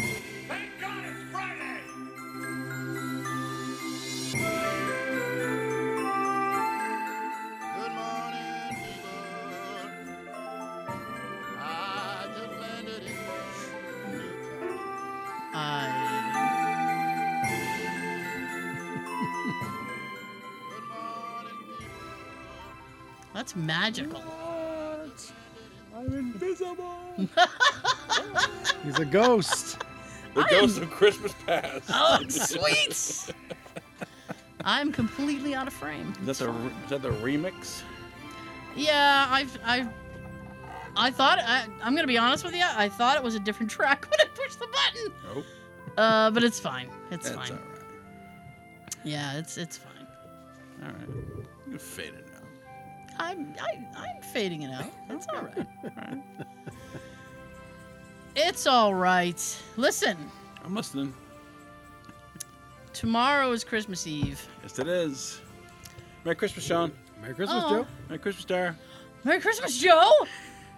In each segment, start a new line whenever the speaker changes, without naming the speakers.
Thank God it's Friday! Good morning, people. I just landed in Newtown.
I
Good morning, people.
that's magical.
I'm invisible.
He's a ghost.
The
I
ghost of Christmas past.
Oh, sweet! I'm completely out of frame.
Is that, the, re- is that the remix?
Yeah, I've I've I thought I, I'm gonna be honest with you. I thought it was a different track when I pushed the button.
Nope.
Uh, but it's fine. It's
That's
fine.
all right.
Yeah, it's it's fine.
All right. You can fade it now.
I'm I, I'm fading it out. It's all right. It's all right. Listen,
I'm listening.
tomorrow is Christmas Eve.
Yes, it is. Merry Christmas, Sean.
Merry Christmas,
Aw.
Joe.
Merry Christmas, Tara.
Merry Christmas, Joe.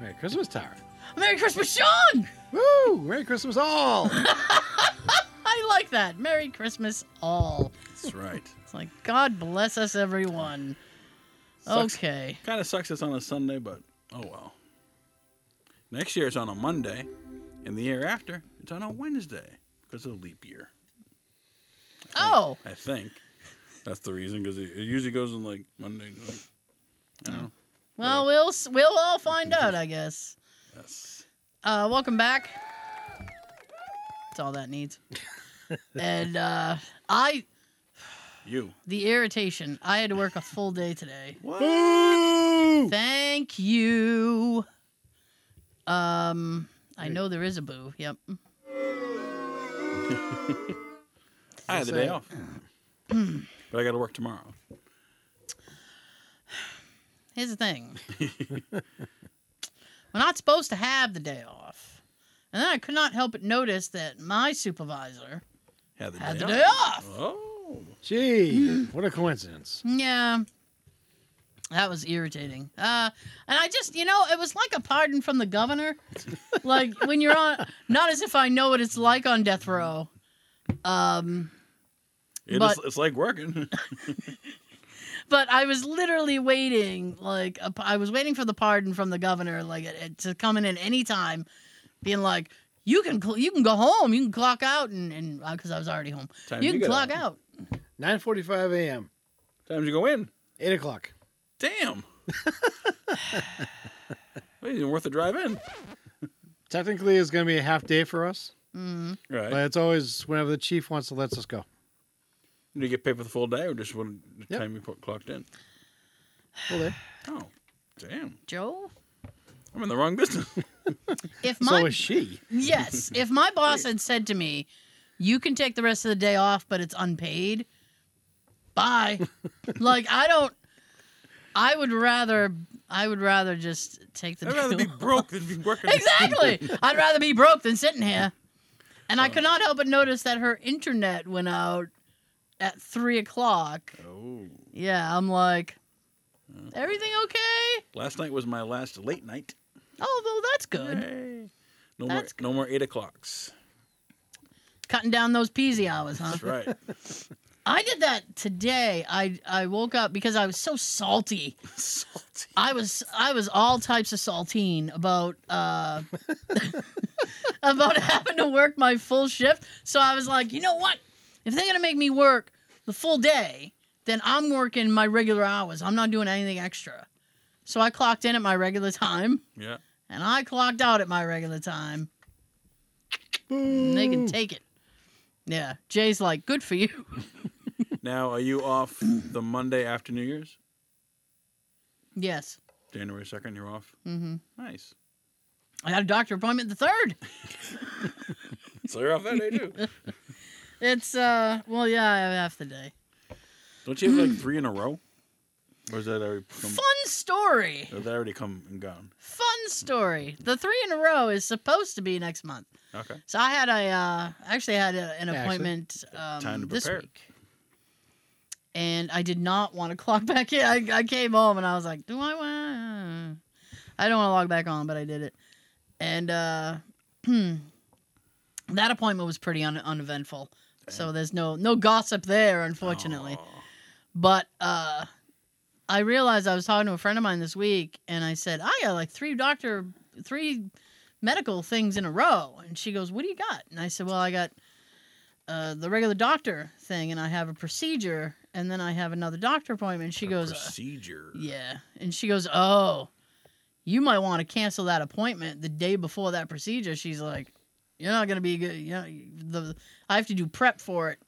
Merry Christmas, Tara.
Merry Christmas, Sean.
Woo! Merry Christmas, all.
I like that. Merry Christmas, all.
That's right.
It's like God bless us, everyone.
Sucks.
Okay.
Kind of sucks it's on a Sunday, but oh well. Next year it's on a Monday, and the year after it's on a Wednesday because of the leap year.
Oh,
I think that's the reason because it, it usually goes on like Monday. Like, I don't know.
well, we'll s- we'll all find out, I guess.
Yes.
Uh, welcome back. That's all that needs. and uh, I,
You.
the irritation. I had to work a full day today.
Boo!
Thank you. Um, I know there is a boo. Yep.
I had the
Say
day
it.
off, but I got to work tomorrow.
Here's the thing. We're not supposed to have the day off. And then I could not help but notice that my supervisor
Had the,
had
day,
the day off.
Oh,
Gee, what a coincidence.
Yeah. That was irritating. Uh, and I just, you know, it was like a pardon from the governor. like when you're on, not as if I know what it's like on death row. Um,
It is-
But-
it's like working.
but I was literally waiting, like a, I was waiting for the pardon from the governor, like it, it- to come in at any time, being like, you can cl- you can go home, you can clock out, and and because I was already home,
Time
you
you
can
get
clock
out.
out.
9:45 a.m.
Times you go in.
Eight o'clock.
Damn. Well, It isn't worth the drive in.
Technically, it's going to be a half day for us,
Mm.
Right.
but it's always whenever the chief wants to let us go.
Do you get paid for the full day or just when the
Yep.
time you put, clocked in?
Full day.
Oh, damn.
Joe,
I'm in the wrong business.
if
So
my
is she.
Yes. If my boss had said to me, you can take the rest of the day off, but it's unpaid, bye. like, I don't, I would rather, I would rather just take the
I'd rather
day
be
off.
broke than be working.
Exactly. I'd rather be broke than sitting here. And
Oh.
I could not help but notice that her internet went out at three o'clock.
Oh.
Yeah, I'm like,
Mm.
everything okay?
Last night was my last late night.
Oh, well, that's good.
Yay. No
That's
more, no more eight o'clocks.
Cutting down those peasy hours, huh?
That's right.
I did that today. I I woke up because I was so salty.
Salty.
I was I was all types of saltine about uh about having to work my full shift. So I was like, you know what? If they're gonna make me work the full day, then I'm working my regular hours. I'm not doing anything extra. So I clocked in at my regular time
Yeah.
and I clocked out at my regular time. And they
Mm.
can take it. Yeah. Jay's like, good for you.
Now, are you off the Monday after New Year's?
yes.
January 2nd, you're off?
Mm-hmm.
Nice.
I got a doctor appointment the third.
So you're off that day, too.
It's uh well yeah, I have half the day.
Don't you have like three in a row? Or is that already come,
Fun story.
or is that already come and gone?
Fun story. The three in a row is supposed to be next month.
Okay.
So I had a uh actually had a, an
Actually,
appointment um
time to
this
prepare.
week. And I did not want to clock back in. I, I came home and I was like, "Do I want?" I don't want to log back on, but I did it. And uh, That appointment was pretty un- uneventful. So there's no no gossip there, unfortunately.
Aw.
But uh, I realized I was talking to a friend of mine this week, and I said I got like three doctor, three medical things in a row, and she goes, "What do you got?" And I said, "Well, I got uh, the regular doctor thing, and I have a procedure, and then I have another doctor appointment." And she
A
goes, "Uh,
procedure.
"Yeah," and she goes, "Oh, you might want to cancel that appointment the day before that procedure." She's like, "You're not gonna be good. You know, the I have to do prep for it,"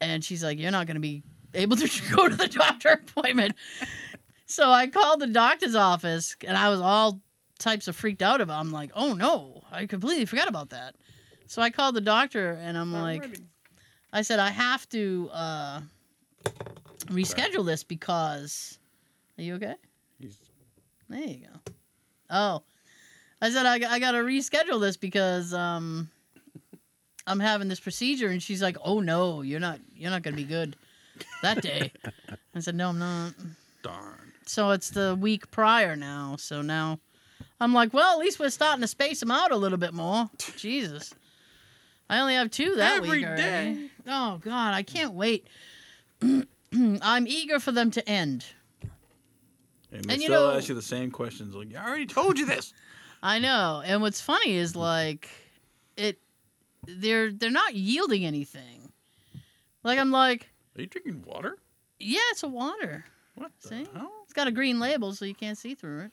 and she's like, "You're not gonna be able to go to the doctor appointment. So I called the doctor's office and I was all types of freaked out about. I'm like, oh no, I completely forgot about that. So I called the doctor and I'm like, I said I have to uh, reschedule this because. Are you okay?
He's-
There you go. Oh, I said I, I gotta reschedule this because um, I'm having this procedure, and she's like, "Oh no, you're not, you're not gonna be good that day." I said, "No, I'm not."
Darn.
So it's the week prior now. So now I'm like, well, at least we're starting to space them out a little bit more. Jesus. I only have two that
Every
week already.
day.
Oh God, I can't wait. I'm eager for them to end.
And they
And you
still
know-
ask you the same questions. Like, I already told you this.
I know. And what's funny is like it they're they're not yielding anything. Like I'm like,
Are you drinking water?
yeah, it's a water.
What the
See?
hell?
It's got a green label so you can't see through it.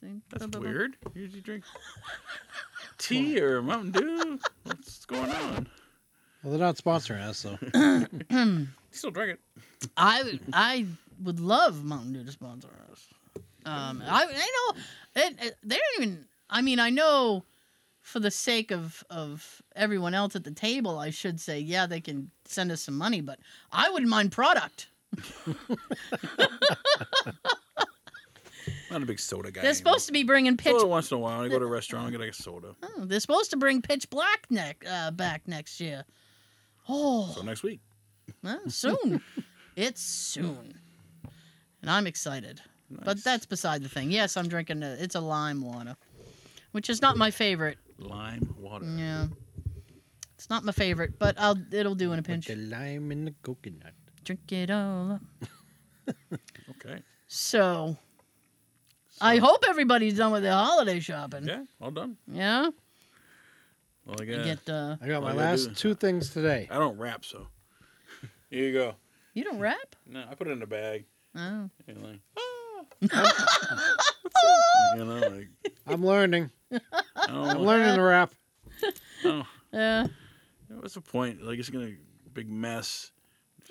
See?
That's
Blah, blah, blah.
weird. Usually drink tea or Mountain Dew. What's going on?
Well, they're not sponsoring us, so
Still drink it.
I I would love Mountain Dew to sponsor us. Um, I I know it, it- they don't even. I mean, I know for the sake of of everyone else at the table, I should say, yeah, they can send us some money, but I wouldn't mind product.
Not a big soda guy.
They're supposed to be bringing pitch.
Soda once in a while. I go to a restaurant and get a soda.
Oh, they're supposed to bring Pitch Black neck uh, back next year. Oh,
So next week.
well, soon. it's soon, and I'm excited. But
Nice.
that's beside the thing. Yes, I'm drinking. A, it's a lime water, which is not my favorite.
lime water.
Yeah, it's not my favorite, but I'll it'll do in a pinch.
the lime and the coconut.
Drink it all. up.
Okay.
So, I
So-
hope everybody's done with their holiday shopping. Yeah.
Yeah, all done. Well, I,
You
got,
Get uh,
I got my
All you gotta do
last
is-
two things today.
I don't rap, so. Here you go.
you don't rap?
No, I put it in a bag.
Oh.
And like, ah. you know, like,
I'm learning.
I don't
I'm
want-
learning the rap.
oh,
Yeah.
what's the point? Like, it's gonna big mess.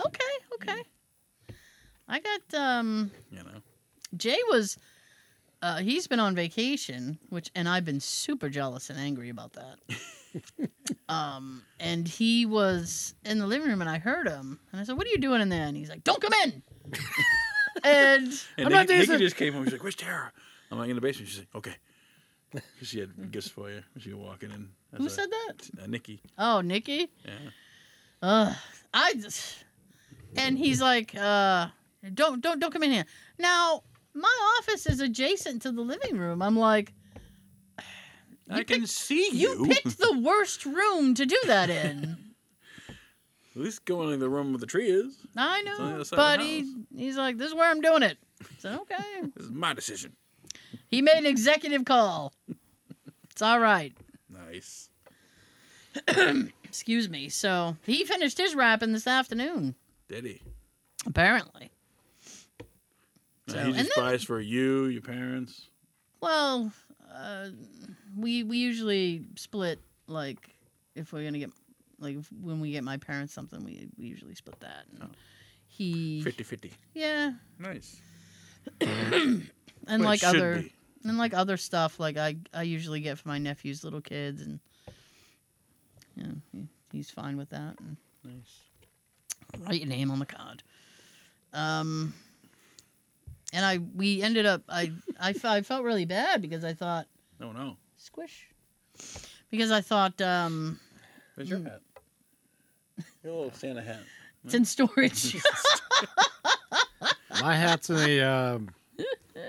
Okay. Okay. I got um.
You know,
Jay was. Uh, he's been on vacation, which and I've been super jealous and angry about that. um, and he was in the living room, and I heard him, and I said, "What are you doing in there?" And he's like, "Don't come in."
I'm
and
and
Nikki,
not
Nikki
dancing.
just came home. She's like, "Where's Tara?" I'm like in the basement. She's like, "Okay." 'Cause She had gifts for you. She was walking in. I
who
was like,
said that?
Uh, Nikki.
Oh, Nikki.
Yeah.
Ugh, I just, and he's like, uh, don't don't don't come in here. Now my office is adjacent to the living room. I'm like,
I can see
you
you.
picked the worst room to do that in.
At least go in the room where the tree is.
I
on the
know,
other side of
but
the
he,
house.
he's like, this is where I'm doing it. I said, okay.
This is my decision.
he made an executive call. It's all right.
Nice.
Excuse me. So he finished his rapping this afternoon,
Diddy.
apparently.
No,
So-
he
and
just buys for you, your parents.
Well, uh, we we usually split like if we're gonna get like if- when we get my parents something, we we usually split that. And
Oh.
He
50-50.
yeah,
Nice.
and
Well, it
like
should
other
be.
and like other stuff, like I I usually get for my nephews, little kids, and yeah, he, he's fine with that. And
Nice.
write your name on the card. Um, and I we ended up I I, fe- I felt really bad because I thought
No, no.
squish because I thought um.
Where's your hat? Your little Santa hat.
It's in storage.
My hat's in a um,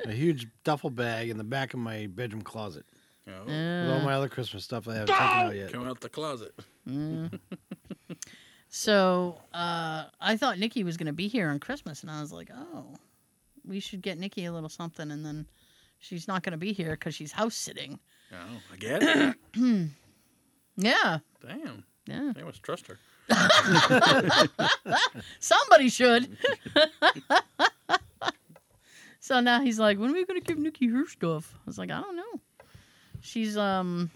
a huge duffel bag in the back of my bedroom closet.
Oh,
With all
Uh,
my other Christmas stuff I haven't taken out yet.
Come out the closet.
mm. so uh, I thought Nikki was going to be here on Christmas, and I was like, oh, we should get Nikki a little something, and then she's not going to be here because she's house sitting.
Oh, I get it.
Yeah,
Damn.
yeah.
I must trust her.
Somebody should. so now he's like, when are we going to give Nikki her stuff? I was like, I don't know. She's um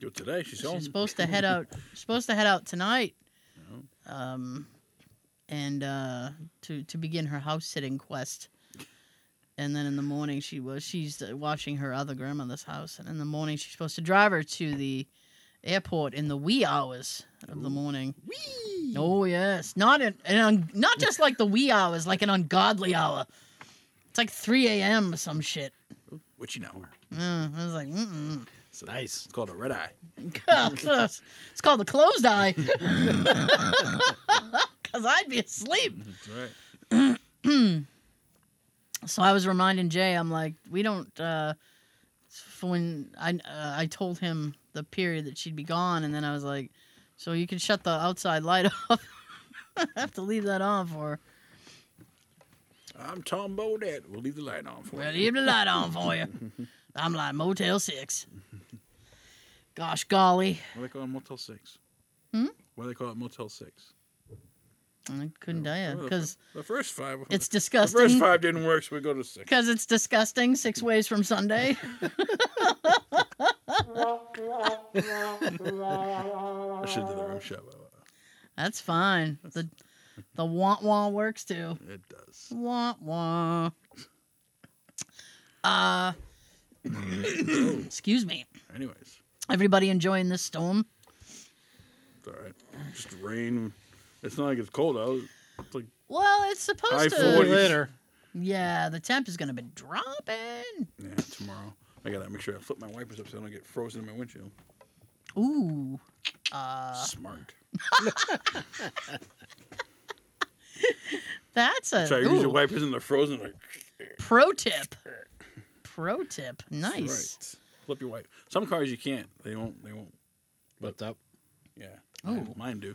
Do it today. She's home.
she's supposed to head out supposed to head out tonight.
Oh.
Um and uh to to begin her house sitting quest. And then in the morning she was she's uh, watching her other grandmother's house and in the morning she's supposed to drive her to the airport in the wee hours of the morning.
Whee!
Oh yes, not an, an un, not just like the wee hours, like an ungodly hour. It's like 3 a.m. or some shit.
Witching hour.
Mm, I was like, mm.
It's nice. It's called a red eye.
Oh, it's called the closed eye, because I'd be asleep.
That's right.
So I was reminding Jay, I'm like, we don't. Uh, for when I uh, I told him the period that she'd be gone, and then I was like, so you can shut the outside light off. I have to leave that on for. her.
I'm Tom Bodette. We'll leave the light on for
Well,
you.
leave the light on for you. I'm like Motel 6. Gosh golly.
What do they call it Motel 6?
Hmm?
What do they call it Motel 6?
I couldn't tell you
Well, the fir-
because
the first five.
it's
the first
disgusting.
five didn't work, so we go to six.
Because it's disgusting. Six ways from Sunday.
I should do the room show. but,
That's fine. The the want wah works too.
uh, It does.
Want wah. Uh, excuse me.
Anyways,
Everybody enjoying this storm?
it's all right. Just rain. It's not like it's cold out. It's like
Well, it's
High
supposed
See you
forties.
to.
later.
Yeah, the temp is gonna be dropping.
yeah, tomorrow. I gotta make sure I flip my wipers up so I don't get frozen in my windshield.
Ooh. Uh,
Smart.
That's a
So I use
uh, ooh,
your wipers and they're frozen. Like
pro tip. Pro tip. Nice.
Right. Flip your wipe. Some cars you can't. They won't. They won't.
What's up?
Yeah. Mine-
Ooh.
Mine do.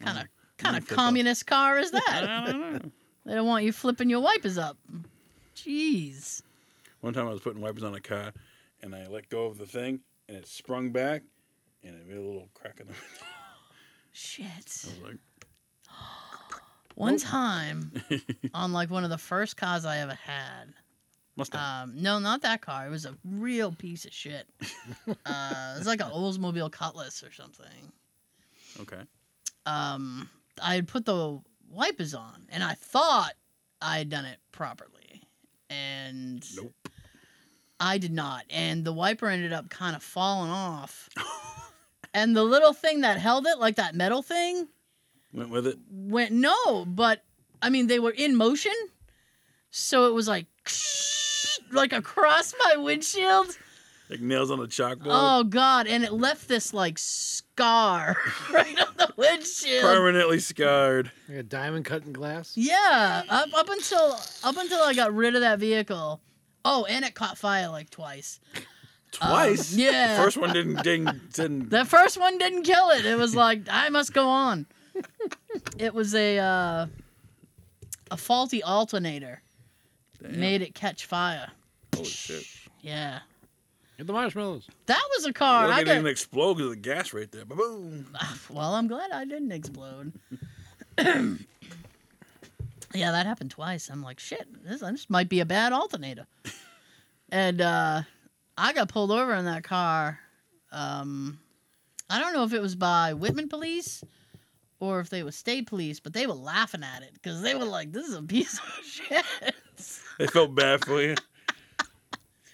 Kind of
Mine
kind of
flip up.
communist car is that?
I don't know.
they don't want you flipping your wipers up. Jeez.
One time I was putting wipers on a car, and I let go of the thing, and it sprung back, and it made a little crack in the window.
Shit.
I was like,
One time on like one of the first cars I ever had.
Mustang.
Um, no, not that car. It was a real piece of shit. Uh, it was like an Oldsmobile Cutlass or something.
okay.
um, I had put the wipers on, and I thought I had done it properly, and
Nope.
I did not. And the wiper ended up kind of falling off, and the little thing that held it, like that metal thing,
Went with it.
went no. But I mean, they were in motion, so it was like like across my windshield.
Like nails on a chalkboard.
Oh god! And it left this like scar right on the windshield.
Permanently scarred.
Like a diamond cut in glass?
Yeah, up, up until up until I got rid of that vehicle. Oh, and it caught fire like twice. Um,
Twice.
yeah.
The first one didn't ding. Didn't.
The first one didn't kill it. It was like I must go on. It was a uh, a faulty alternator
Damn.
made it catch fire.
Holy shit.
Yeah,
Get the marshmallows.
that was a
Look,
car. I
it didn't
got,
explode because of the gas right there. Boom.
well, I'm glad I didn't explode. yeah, that happened twice. I'm like, shit, this, this might be a bad alternator. and uh, I got pulled over in that car. Um, I don't know if it was by Whitman police or if they were state police, but they were laughing at it because they were like, this is a piece of shit.
They felt bad for you.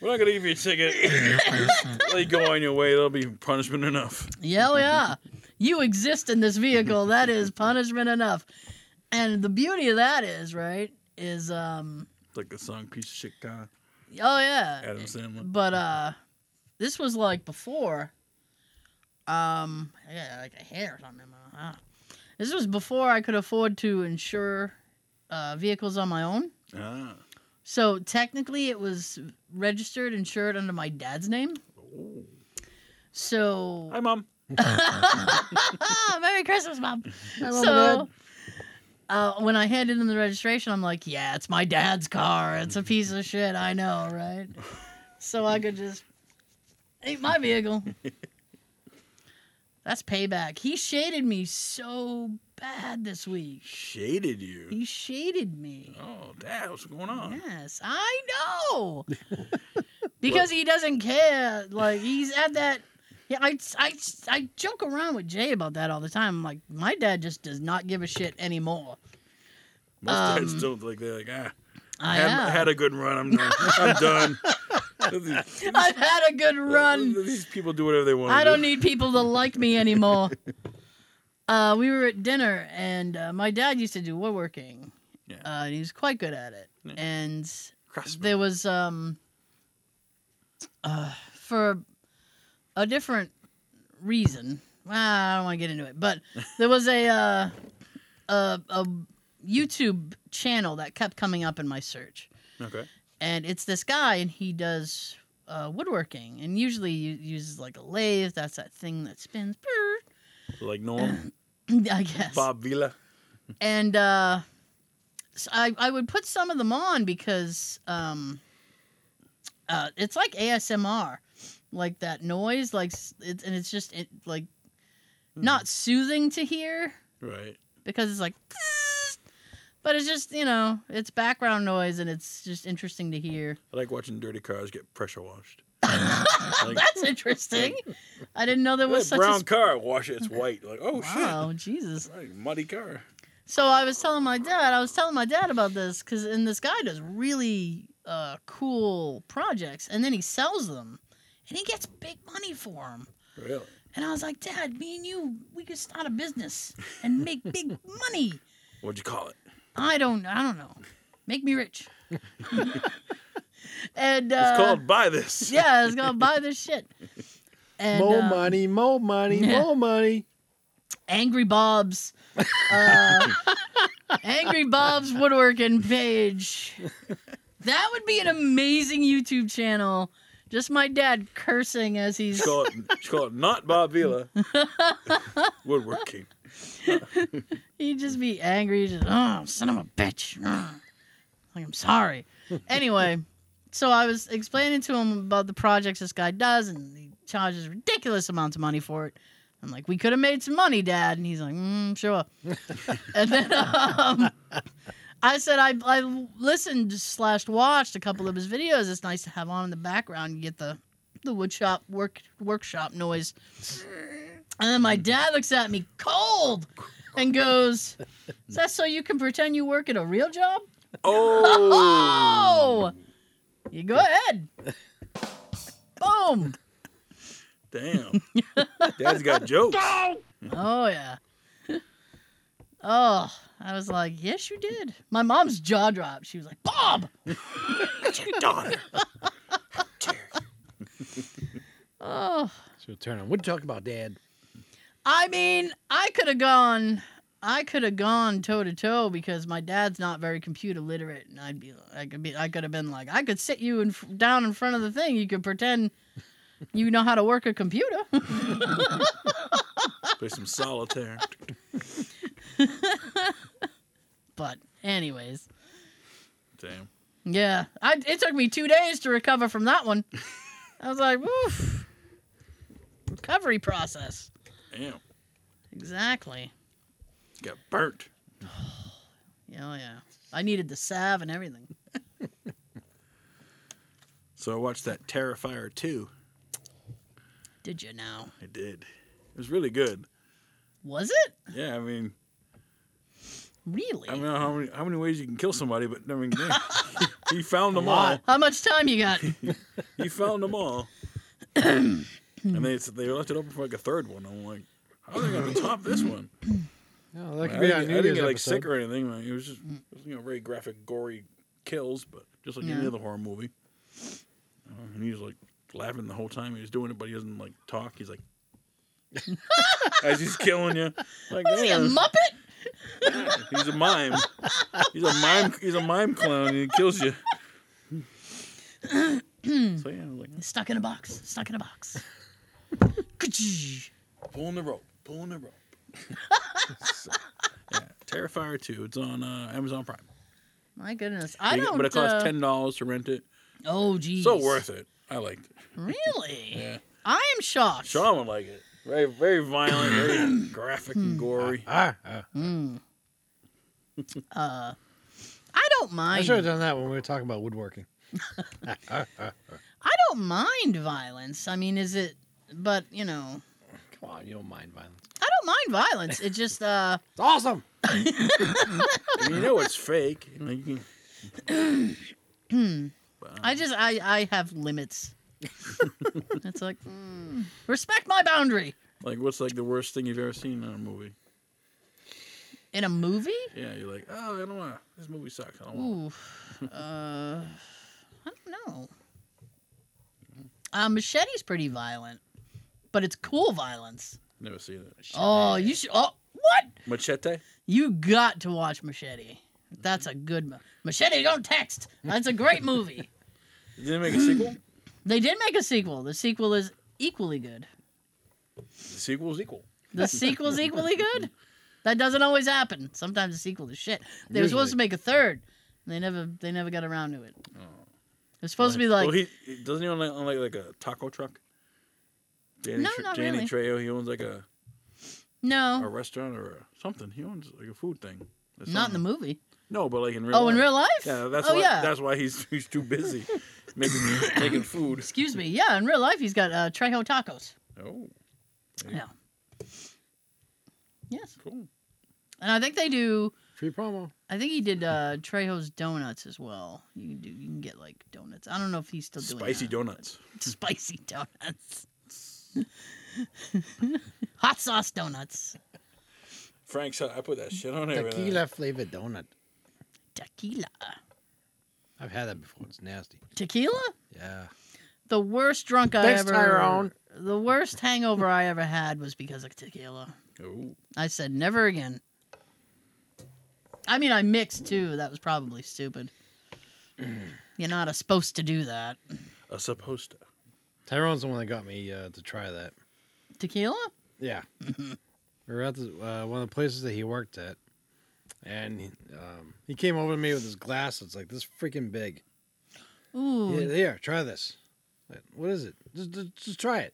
We're not gonna give you a ticket. Let you go on your way. That'll be punishment enough.
Yeah, oh, yeah. You exist in this vehicle. That is punishment enough. And the beauty of that is, right, is um
It's like the song "Piece of Shit" car.
oh yeah.
Adam Sandler.
But uh this was like before um yeah, like a hair or something. I don't know. This was before I could afford to insure uh vehicles on my own.
Ah.
So technically, it was registered, insured under my dad's name. So
Hi, mom.
Merry Christmas, Mom.
Hi, Mom
so uh, when I handed him the registration, I'm like, yeah, it's my dad's car. It's a piece of shit. I know, right? so I could just ain't my vehicle. That's payback. He shaded me so bad this week.
Shaded you.
He shaded me.
Oh, dad, what's going on?
Yes, I know. because he doesn't care. Like he's at that. Yeah, I, I, I joke around with Jay about that all the time. I'm like, my dad just does not give a shit anymore.
Most dads
Um,
don't like they're like ah.
I
had,
am.
had a good run. I'm done. I'm done.
I've had a good run.
These people do whatever they want.
I don't e- need people to like me anymore. Uh, we were at dinner, and uh, my dad used to do woodworking.
Yeah.
Uh, and he was quite good at it.
Yeah.
And
Craftsman.
there was um uh, for a different reason. Well, I don't want to get into it, but there was a uh, a a YouTube channel that kept coming up in my search,
Okay.
and it's this guy, and he does uh, woodworking, and usually u- uses like a lathe. That's that thing that spins.
Like Norm,
I guess.
Bob Vila.
and uh, so I, I would put some of them on because um, uh, it's like ASMR, like that noise, like s- it, and it's just it, like
Hmm.
not soothing to hear
Right.
because it's like, but it's just you know it's background noise and it's just interesting to hear.
I like watching dirty cars get pressure washed. Like-
That's interesting. I didn't know there was
That
such
brown
a sp-
car, wash it. It's white. Like oh
wow, Jesus.
shit, right, muddy car.
So I was telling my dad, I was telling my dad about this because, and this guy does really uh, cool projects, and then he sells them, and he gets big money for them.
Really?
And I was like, Dad, me and you, we could start a business and make big money.
What'd you call it?
I don't, I don't know, make me rich. and uh,
It's called buy this.
yeah, it's called buy this shit. And
Mo
uh,
money, mo money,
yeah.
mo money.
Angry Bob's, uh, Angry Bob's woodworking page. That would be an amazing YouTube channel. Just my dad cursing as he's
It's called it's called not Bob Vila. Woodworking.
he'd just be angry, just oh son of a bitch. Ugh." Like I'm sorry. Anyway, so I was explaining to him about the projects this guy does, and he charges ridiculous amounts of money for it. I'm like, we could have made some money, Dad, and he's like, mm, sure. and then um, I said, I, I listened slash watched a couple of his videos. It's nice to have on in the background. You get the the woodshop work workshop noise. And then my dad looks at me cold and goes, Is that so you can pretend you work at a real job?
Oh.
Oh! You go ahead. Boom!
Damn. Dad's got jokes.
Oh, yeah. Oh, I was like, Yes, you did. My mom's jaw dropped. She was like, Bob!
Daughter.
Oh.
So turn on. What you talking about, Dad?
I mean, I could have gone. I could have gone toe to toe because my dad's not very computer literate, and I'd be, I could be, I could have been like, I could sit you in, f- down in front of the thing. You could pretend you know how to work a computer.
Play some solitaire.
but anyways,
Damn.
yeah, I, it took me two days to recover from that one. I was like, woof, recovery process.
Damn.
Exactly.
Got burnt.
Yeah, yeah. I needed the salve and everything.
So I watched that Terrifier 2.
Did you now?
I did. It was really good.
Was it
Yeah, I mean,
really?
I don't know how many how many ways you can kill somebody, but I mean, damn. he found them all.
lot.
how much time you got?
He found them all. and they they left it open for like a third one. I'm like, how are they gonna top this one?
No, Oh, that
I,
could be on
didn't, I
New
didn't
Year's
get like
episode.
sick or anything. Like, it was just it was, you know very graphic, gory kills, but just like any
Yeah.
other horror movie. Uh, and he was like laughing the whole time he was doing it, but he doesn't like talk. He's like. As he's killing you, like
Was he a
"Man."
Muppet?
He's a mime. He's a mime. He's a mime clown, and he kills you. So yeah, I was like
Stuck in a box. Stuck in a box. Ka-chee.
pulling the rope, pulling the rope. So, yeah, Terrifier two. It's on uh, Amazon Prime.
My goodness. I
But it-
don't.
but it costs
uh,
ten dollars to rent it.
Oh, geez.
So worth it. I liked it.
Really?
Yeah,
I am shocked.
Sean would like it. Very, very violent, very graphic
Hmm.
and gory.
Ah, ah.
Mm. uh, I don't
I
mind.
should have done that when we were talking about woodworking. Ah, ah, ah.
I don't mind violence. I mean, is it? But you know,
Come on, you don't mind violence.
I don't mind violence. It just uh,
It's awesome.
And you know it's fake. You know, you can- But,
I just I I have limits. it's like mm, respect my boundary
like, what's like the worst thing you've ever seen in a movie?
in a movie.
Yeah, you're like, oh, I don't want to. This movie sucks. I don't want.
Ooh, uh, I don't know. Uh, machete's pretty violent, but it's cool violence.
Never seen it.
Oh, you should. Oh, what?
Machete.
You got to watch Machete. That's a good mo- Machete. Don't text. That's a great movie.
Did they make a sequel?
They did make a sequel. The sequel is equally good.
The sequel's equal.
The sequel's equally good. That doesn't always happen. Sometimes the sequel is shit. They were supposed to make a third. And they never. They never got around to it.
Oh.
It's supposed to be like
well, he he- doesn't he own like, own, like like a taco truck? Danny,
No,
Tre-
not
Danny
really. Oh.
Trejo, he owns like a, a
no,
restaurant or a, something. He owns like a food thing. That's
not in the
something.
movie.
No, but like in real.
Oh,
life.
in real life?
Yeah, that's
oh
why.
yeah.
That's why he's he's too busy making making food.
Excuse me. Yeah, in real life he's got uh, Trejo tacos.
Oh, Hey.
Yeah. Yes,
cool.
and I think they do.
Free promo.
I think he did uh, Trejo's donuts as well. You can do, you can get like donuts. I don't know if he's still doing
Spicy
that.
donuts.
Spicy donuts. Hot sauce donuts.
Frank's. hot- I put that shit on everything.
Tequila flavored donut.
Tequila.
I've had that before. It's nasty.
Tequila?
Yeah.
The worst drunk I
Thanks,
ever
Tyrone.
The worst hangover I ever had was because of tequila.
Oh,
I said never again. I mean, I mixed too. That was probably stupid. You're not a supposed to do that.
Oh, a supposed to.
Tyrone's the one that got me uh, to try that.
Tequila?
Yeah. we were at the, uh, one of the places that he worked at, and he, um, he came over to me with his glass. It's like this freaking big.
Ooh.
Yeah, there, try this. Like, What is it? Just, just, just try it.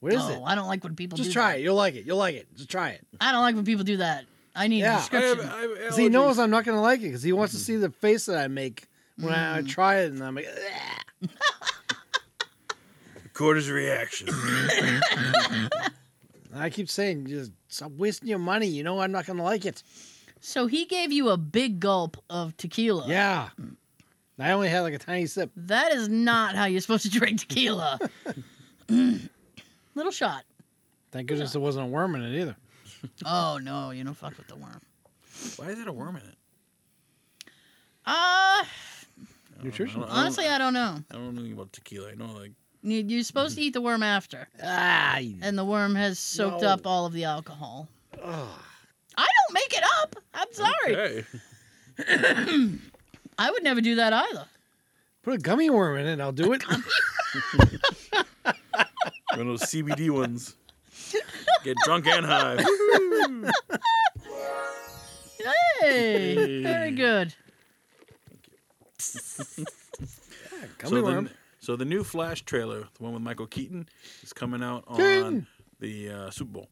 What is
oh,
it?
I don't like when people
Just
do
try
that.
it. You'll like it. You'll like it. Just try it.
I don't like when people do that. I need a
Yeah.
I have,
description.
I have
Because he knows
allergies.
I'm not going to like it because he wants
Mm-hmm.
to see the face that I make when I try it, and I'm like, "Ugh."
Record his reaction.
And I keep saying, just stop wasting your money. You know I'm not going to like it.
So he gave you a big gulp of tequila.
Yeah.
Mm.
And I only had like a tiny sip.
That is not how you're supposed to drink tequila. Little shot.
Thank goodness there wasn't a worm in it either.
Oh no, you don't fuck with the worm.
why is it a worm in it?
Uh
I don't-
Nutrition.
I don't- I don't-
honestly I don't know.
I don't know anything about tequila. I know like
You- You're supposed to eat the worm after.
Ah.
And the worm has soaked
No.
up all of the alcohol.
Ugh.
I don't make it up. I'm sorry.
Okay.
I would never do that either.
Put a gummy worm in it. I'll do it.
One of those CBD ones. Get drunk and high.
Hey, very
Hey.
good.
gummy
so,
worm.
The, so the new Flash trailer, the one with Michael Keaton, is coming out on
Keaton.
the uh, Super Bowl.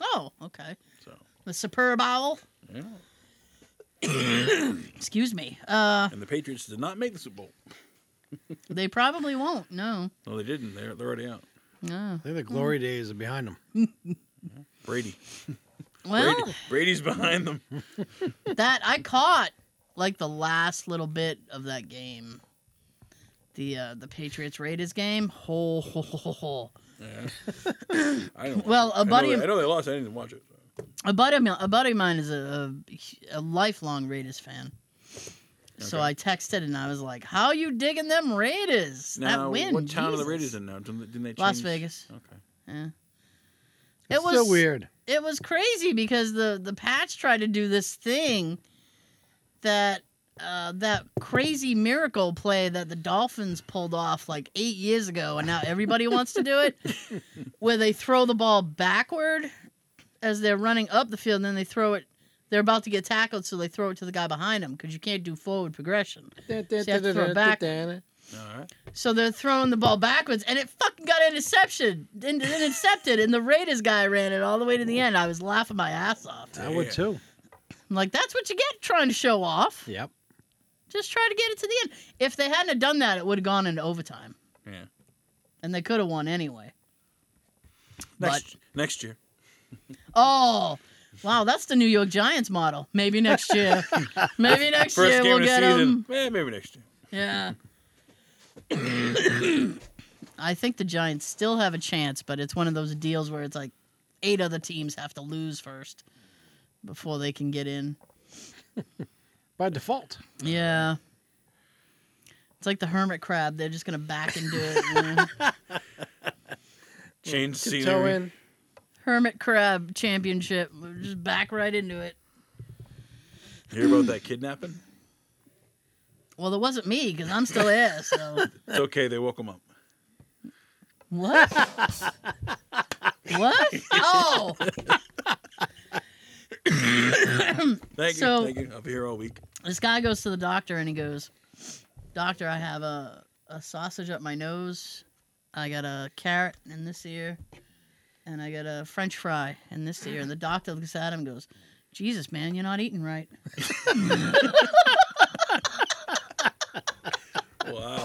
Oh, okay.
So
The superb owl.
yeah.
Excuse me. Uh,
and the Patriots did not make the Super Bowl.
they probably won't. No,
No, they didn't. They're they're already out.
no.
I think the glory days are behind him.
Brady.
Well,
Brady. Brady's behind them.
that I caught like the last little bit of that game, the uh, the Patriots Raiders game. Ho, ho, ho, ho, ho.
Yeah. I don't watch
Well,
it.
a buddy
I know,
of-
they, I know they lost. I didn't watch it.
A buddy, of mi- a buddy of mine is a, a, a lifelong Raiders fan. So
Okay.
I texted and I was like, "How you digging them Raiders?
Now,
that win,
what town are the
Jesus."
Raiders in now? Didn't they- didn't they change?
Las Vegas.
Okay.
Yeah.
It's
It was
so weird.
it was crazy because the the patch tried to do this thing that uh, that crazy miracle play that the Dolphins pulled off like eight years ago, and now everybody wants to do it, where they throw the ball backward as they're running up the field, and then they throw it. They're about to get tackled, so they throw it to the guy behind them because you can't do forward progression. to throw it back.
All right.
So they're throwing the ball backwards, and it fucking got interception, in- intercepted, and the Raiders guy ran it all the way to the end. I was laughing my ass off.
I would
Yeah.
too.
I'm like, that's what you get trying to show off.
Yep.
Just try to get it to the end. If they hadn't have done that, it would have gone into overtime.
Yeah.
And they could have won anyway.
Next, next year.
Oh, wow, that's the New York Giants model. Maybe next year. Maybe next year we'll get them.
Yeah, maybe next year.
Yeah. I think the Giants still have a chance, but it's one of those deals where it's like eight other teams have to lose first before they can get in.
By default.
Yeah. It's like the hermit crab. They're just going to back into it. you know?
Change
Toe
scenery.
in.
Hermit Crab Championship. We're Just back right into it.
Hear about that kidnapping?
Well, it wasn't me because I'm still there. So
It's okay. They woke him up.
what? what? Oh,
Thank
So-
you. Thank you. I'll be here all week.
this guy goes to the doctor and he goes, "Doctor, I have a a sausage up my nose. I got a carrot in this ear, and I got a French fry in this ear." And the doctor looks at him and goes, "Jesus, man, you're not eating right."
Wow.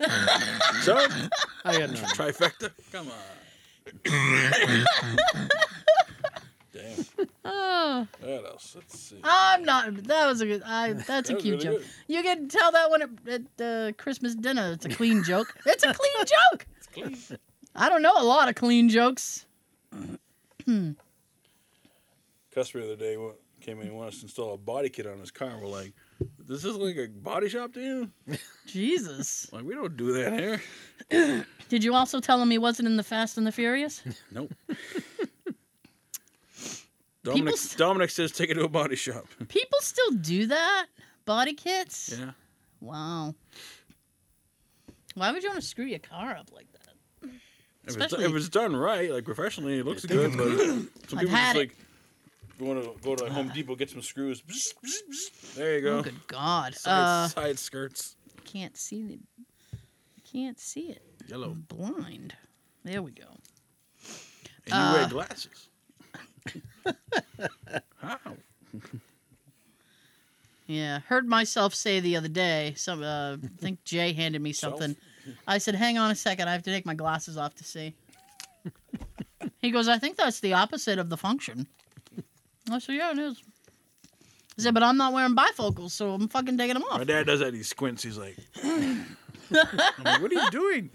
so,
I got none.
trifecta. Come on. Damn.
Oh,
What else? Let's see.
I'm not. That was a good. I. That's
That
Oh, a
was
cute
really
joke.
good.
You can tell that one at, at uh, Christmas dinner. It's a clean joke. It's a clean joke.
It's clean.
I don't know a lot of clean jokes.
customer the other day wa- came in and wanted us to install a body kit on his car. We're like, this is like a body shop to you?
Jesus.
Like, we don't do that here.
Did you also tell him he wasn't in the Fast and the Furious?
Nope. Dominic,
s-
Dominic says take it to a body shop.
People still do that? Body kits?
Yeah.
Wow. Why would you want to screw your car up like that?
If it's,
Especially-
if it's done right, like professionally, it looks
think
good.
it's
But some
I've
people
had
just
it. Uh,
like want to go to like, Home Depot, get some screws. There you
Oh,
go.
good God.
Side,
Uh,
side skirts.
can't see the. Can't see it.
Yellow.
I'm blind. There we go.
And you wear
Uh,
glasses. How?
Yeah, heard myself say the other day. Some, uh, I think Jay handed me
Self?
something. I said, "Hang on a second, I have to take my glasses off to see." he goes, "I think that's the opposite of the function." I said, "Yeah, it is." I said, "But I'm not wearing bifocals, so I'm fucking taking them
My
off."
dad does that. He squints. He's like, I'm like, "What are you doing?"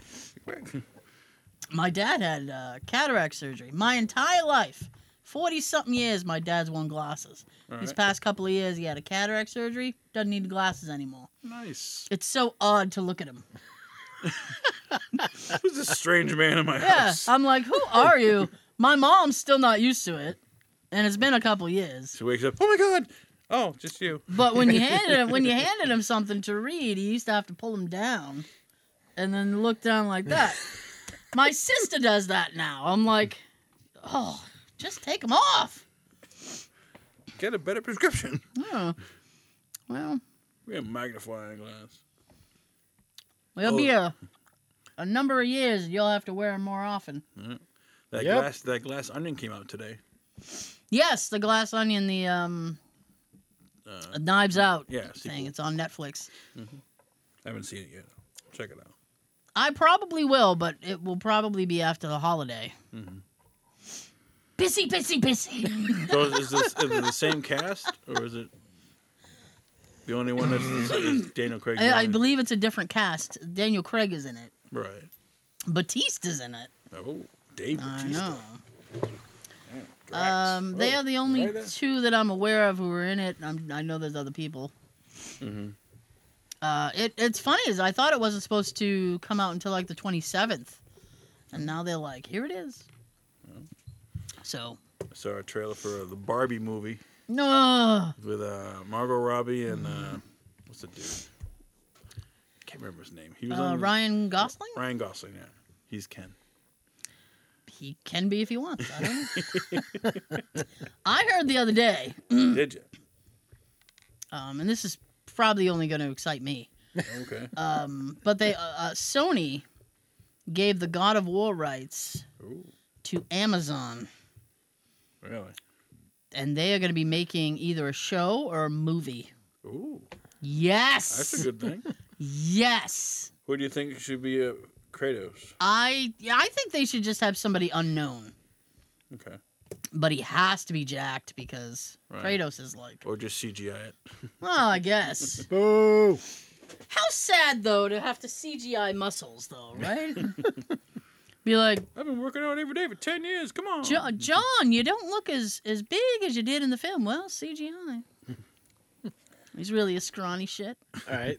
My dad had uh, cataract surgery my entire life. Forty something years, my dad's worn glasses.
All
These
right.
past couple of years, he had a cataract surgery. Doesn't need glasses anymore.
Nice.
It's so odd to look at him.
Who's this strange man in my
Yeah,
house?
I'm like, who are you? My mom's still not used to it, and it's been a couple years.
She wakes up. Oh my god! Oh, just you.
But when you handed him when you handed him something to read, he used to have to pull him down, and then look down like that. My sister does that now. I'm like, oh, just take them off.
Get a better prescription.
Oh. Well,
We have magnifying glass.
it'll be a a number of years. You'll have to wear them more often.
That
Yep.
glass. That glass onion came out today.
Yes, the glass onion, the um,
Uh,
Knives Out
yeah,
thing.
sequel.
It's on Netflix.
I haven't seen it yet. Check it out.
I probably will, but it will probably be after the holiday.
Mhm.
Pissy, pissy, pissy.
So is this is it the same cast or is it the only one that's the same is Daniel Craig?
I, I
Jr.?
believe it's a different cast. Daniel Craig is in it.
Right.
Batista's in it.
Oh, Dave.
I
Bautista.
know.
Damn, Drax.
Um, they
Oh,
are the only
right there.
two that I'm aware of who are in it. I'm, I know there's other people.
Mhm.
Uh, it it's funny is I thought it wasn't supposed to come out until like the 27th, and now they're
Mm-hmm.
like, here it is. So
I saw a trailer for uh, the Barbie movie.
No.
with uh, Margot Robbie and uh, what's the dude? Can't remember his name. He was
Uh,
on the-
Ryan Gosling?
Ryan Gosling. Yeah, he's Ken.
He can be if he wants. I don't know. I heard the other day,
Did you?
um, and this is probably only going to excite me,
Okay.
um, but they uh, uh, Sony gave the God of War rights
Ooh,
to Amazon,
really?
and they are going to be making either a show or a movie.
Ooh,
Yes.
that's a good thing.
Yes.
Who do you think should be a Kratos?
I yeah, I think they should just have somebody unknown,
Okay.
but he has to be jacked because
Right.
Kratos is like,
Or just CGI it.
oh, I guess.
Boo!
How sad though to have to CGI muscles though, right? Be like,
I've been working out every day for ten years. Come on.
jo- John, you don't look as as big as you did in the film. Well, CGI. He's really a scrawny shit.
All right.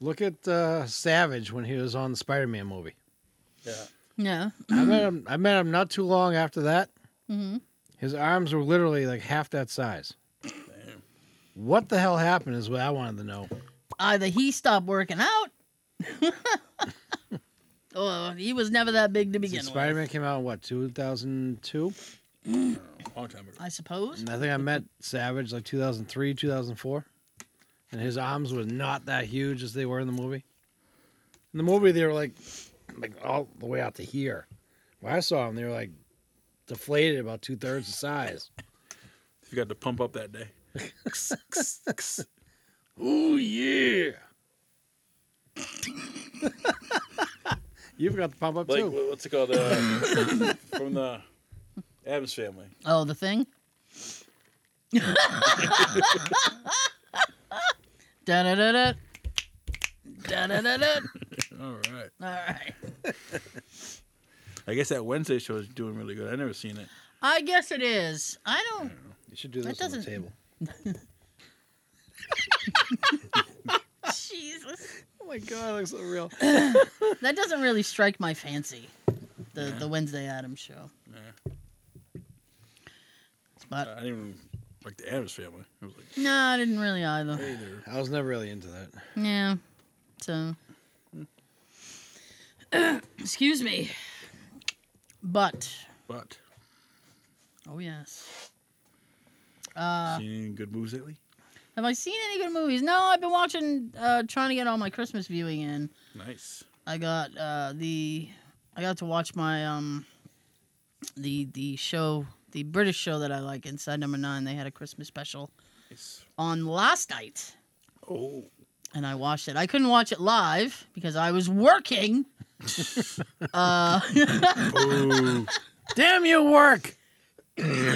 Look at uh, Savage when he was on the Spider-Man movie.
yeah.
No.
I met him. I met him not too long after that.
hmm
His arms were literally like half that size.
Damn.
What the hell happened is what I wanted to know.
Either he stopped working out, or he was never that big to begin
Spider
with.
Man came out in what, 2002?
Long time ago.
I suppose.
And I think I met Savage like 2003, 2004. And his arms were not that huge as they were in the movie. In the movie, they were like, like all the way out to here. When I saw them, they were like deflated about two thirds the size.
You got to pump up that day.
Ooh, yeah. you forgot to pump up
Like
too.
wha- what's it called? Uh, from the Adams family.
Oh, the thing. da da da da. Da da da da.
All right.
All right.
I guess that Wednesday show is doing really good. I never seen it.
I guess it is. I don't.
You should do
That
this on the
doesn't-
table.
Jesus.
Oh my god, it looks so real.
That doesn't really strike my fancy. The the Wednesday Adams show.
Yeah. I
But
didn't even like the Adams family. I was like,
no, I didn't really either.
hey there.
I was never really into that.
Yeah. So. Excuse me. But
But
oh yes. Uh,
seen any good movies lately?
have I seen any good movies? No, I've been watching, uh, trying to get all my Christmas viewing in.
Nice.
I got uh, the I got to watch my um the the show the British show that I like Inside Number Nine. They had a Christmas special
Nice.
on last night,
Oh,
and I watched it. I couldn't watch it live because I was working. uh,
Oh. boo.
Damn you, work!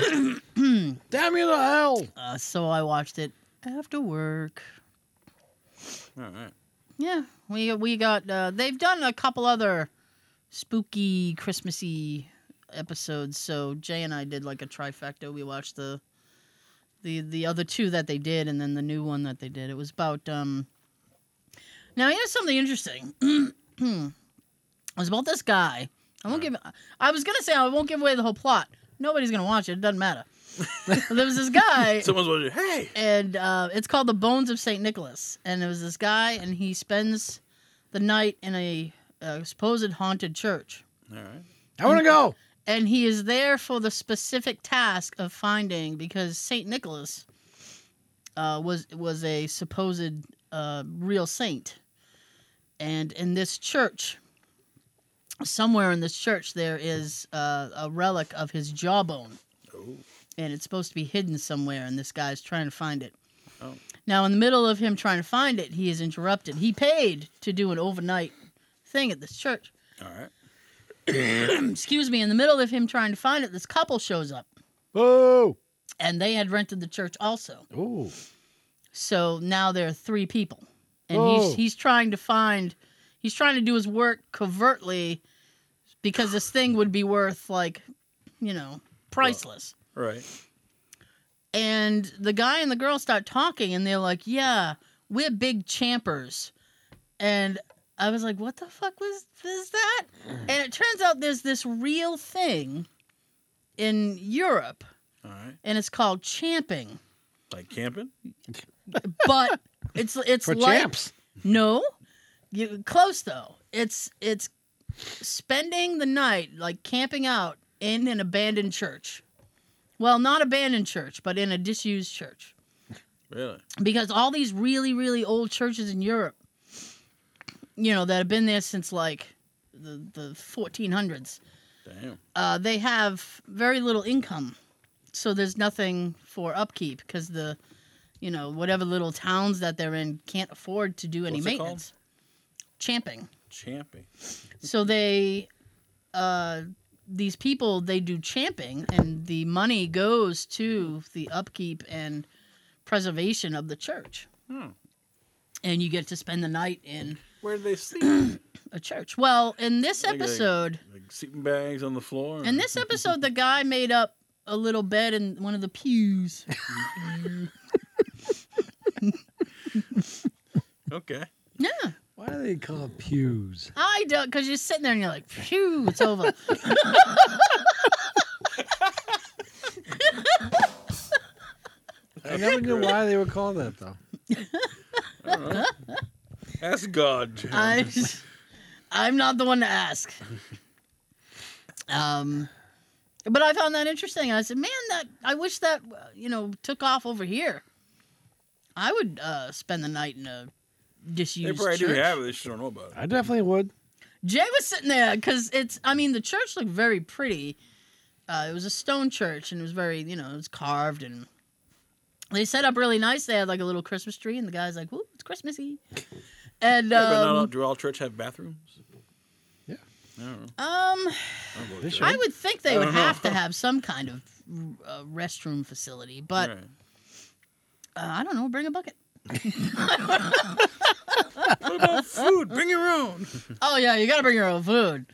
Damn you to hell!
uh, so I watched it after work.
All right.
Yeah, we we got uh, they've done a couple other spooky Christmassy episodes. So Jay and I did like a trifecta. We watched the the the other two that they did, and then the new one that they did. It was about um. Now here's something interesting. it was about this guy. I won't give. I was gonna say I won't give away the whole plot. Nobody's gonna watch it. It doesn't matter. there was this guy
Someone's watching. Hey.
and uh, it's called the Bones of Saint Nicholas. And it was this guy, and he spends the night in a, uh supposed haunted church.
All right.
I want to go!
And he is there for the specific task of finding because Saint Nicholas uh, was was a supposed uh, real saint, and in this church, somewhere in this church, there is uh, a relic of his jawbone
Oh,
and it's supposed to be hidden somewhere, and this guy's trying to find it.
Oh.
Now, in the middle of him trying to find it, he is interrupted. He paid to do an overnight thing at this church.
all right.
Excuse me. In the middle of him trying to find it, this couple shows up,
Boo!
and they had rented the church also.
Ooh.
So now there are three people, and
Oh.
he's he's trying to find, he's trying to do his work covertly, because this thing would be worth like, you know, priceless.
All right.
and the guy and the girl start talking and they're like yeah we're big champers and i was like what the fuck was is that and it turns out there's this real thing in europe
Uh All right.
and it's called champing.
Like camping?
But it's it's
For
like
champs.
no, you close though. It's it's spending the night like camping out in an abandoned church. Well, not abandoned church, but in a disused church.
Really?
because all these really really old churches in Europe, you know, that have been there since like the the 1400s,
Damn.
uh, they have very little income, so there's nothing for upkeep because the, you know, whatever little towns that they're in can't afford to do any
What's it called?
maintenance. Champing.
Champing.
So they, uh, these people, they do champing, and the money goes to the upkeep and preservation of the church.
Hmm.
And you get to spend the night in
Where do they sleep?
a church. Well, in this
Like they-
episode,
like sleeping bags on the floor?
in this episode, the guy made up a little bed in one of the pews.
Okay.
Yeah,
Why do they call it pews?
I don't, because you're sitting there and you're like, phew, it's over.
I never knew why they were called that though.
I don't know. Ask God. Jim.
I, I'm not the one to ask. Um, but I found that interesting. I said, man, that I wish that uh, you know took off over here. I would uh, spend the night in a
They
disused
probably
church.
do have it. They just don't know about it.
I definitely would.
Jay was sitting there because it's. I mean, the church looked very pretty. Uh, it was a stone church, and it was very, you know, it was carved, and they set up really nice. They had like a little Christmas tree, and the guy's like, "Whoop, it's Christmassy," and
Yeah, but not all,
um,
do all church have bathrooms?
Yeah.
I don't know.
um
I don't go to
They
church.
should.
I would think they
I
would
don't know.
have to have some kind of uh, restroom facility, but
Right.
uh, I don't know. Bring a bucket.
What about food? Bring your own.
Oh yeah, you gotta bring your own food.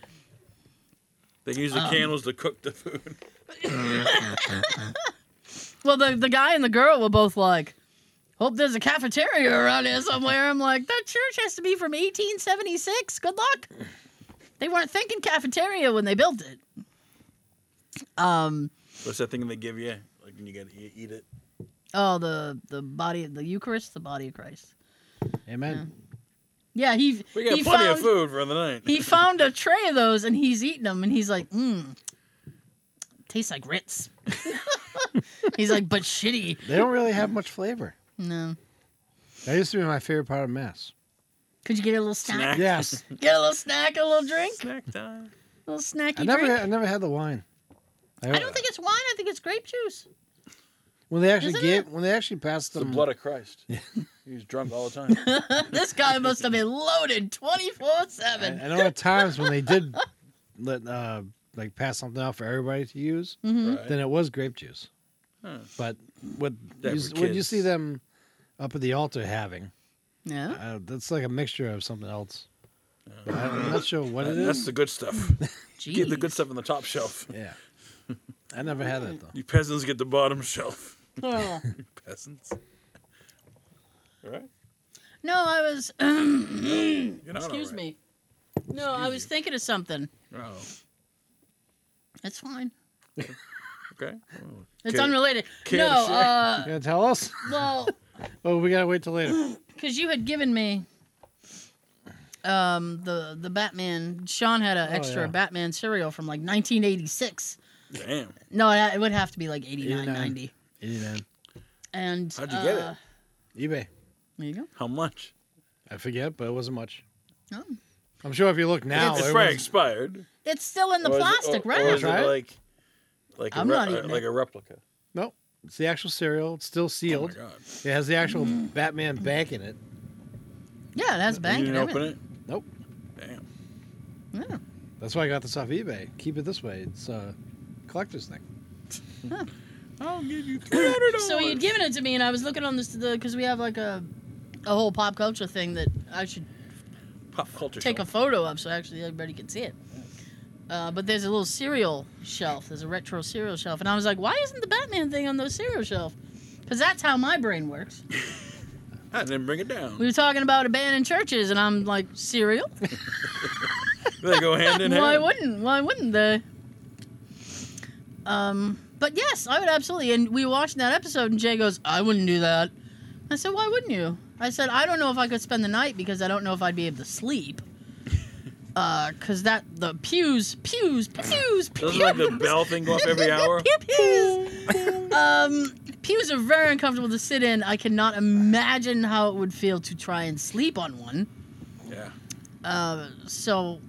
They can use
Um,
the candles to cook the food.
Well, the the guy and the girl were both like, "Hope there's a cafeteria around here somewhere." I'm like, that church has to be from 1876. Good luck. They weren't thinking cafeteria when they built it. Um.
What's that thing they give you? Like when you get you eat it?
Oh, the the body, the Eucharist, the body of Christ.
Amen.
Yeah, he
We got
he
plenty
found
of food for the night.
he found a tray of those and he's eating them and he's like, mmm, tastes like Ritz. he's like, but shitty.
They don't really have much flavor.
No.
That used to be my favorite part of mass.
Could you get a little snack?
Snack.
Yes.
Get a little snack, a little drink,
Snack time.
a little snacky
I never
drink.
I never had the wine.
I don't think it's wine. I think it's grape juice.
when they actually
Isn't
gave when they actually passed the
It's the blood of Christ. He was drunk all the time.
this guy must have been loaded twenty four seven.
I, I know at times when they did let uh like pass something out for everybody to use,
Mm-hmm.
Right.
then it was grape juice.
Huh.
But what
They
you,
were
what you see
kids.
them up at the altar having,
Yeah.
uh, that's like a mixture of something else. I- I'm not sure what it
That's
is.
the good stuff.
Jeez.
Get the good stuff on the top shelf.
Yeah, I never had that though.
You peasants get the bottom shelf.
Oh.
Peasants. All right.
No, I was.
not all
excuse
right.
me. No, I was thinking of something.
Oh.
It's fine.
Okay. Oh,
It's
Care-
unrelated.
care
no,
to share?
You
uh,
gonna tell us?
well,
Oh, we gotta wait till later.
because you had given me um the the Batman. Sean had an
Oh,
extra
yeah.
Batman cereal from like 1986.
Damn.
No, it it would have to be like 89,
89.
90.
Amen.
And
How'd you get it?
uh,
eBay.
There you go.
How much?
I forget, but it wasn't much.
Oh.
I'm sure if you look now,
it's
it
probably
was,
expired.
It's still in the
Or Oh, is it-
plastic
or-
wrap.
Or is it
Right?
like, like, a,
I'm
re-
not
uh,
eating
like
it.
a replica?
no, it's the actual cereal. It's still
Oh my
sealed.
god.
it has the actual Batman bank in it.
Yeah, it has
you
bank and
didn't open
everything.
it?
Nope.
Damn.
Yeah.
That's why I got this off eBay. Keep it this way. It's a collector's thing.
I'll give you three hundred dollars.
So you'd given it to me, and I was looking on this the because we have like a a whole pop culture thing that I should
pop culture.
take a
shock.
photo of so actually everybody can see it. Uh, but there's a little cereal shelf. There's a retro cereal shelf, and I was like, "Why isn't the Batman thing on the cereal shelf?" Because that's how my brain works.
I didn't bring it down.
We were talking about abandoned churches, and I'm like, "Cereal?
they go hand in hand.
Why wouldn't? Why wouldn't they?" Um, But yes, I would absolutely. And we watched that episode, and Jay goes, I wouldn't do that. I said, Why wouldn't you? I said, I don't know if I could spend the night because I don't know if I'd be able to sleep. Because that, the pews, pews, pews,
Doesn't
pews.
like the bell thing go off every hour?
Pew, pews. um, pews are very uncomfortable to sit in. I cannot imagine how it would feel to try and sleep on one.
Yeah.
Uh, so,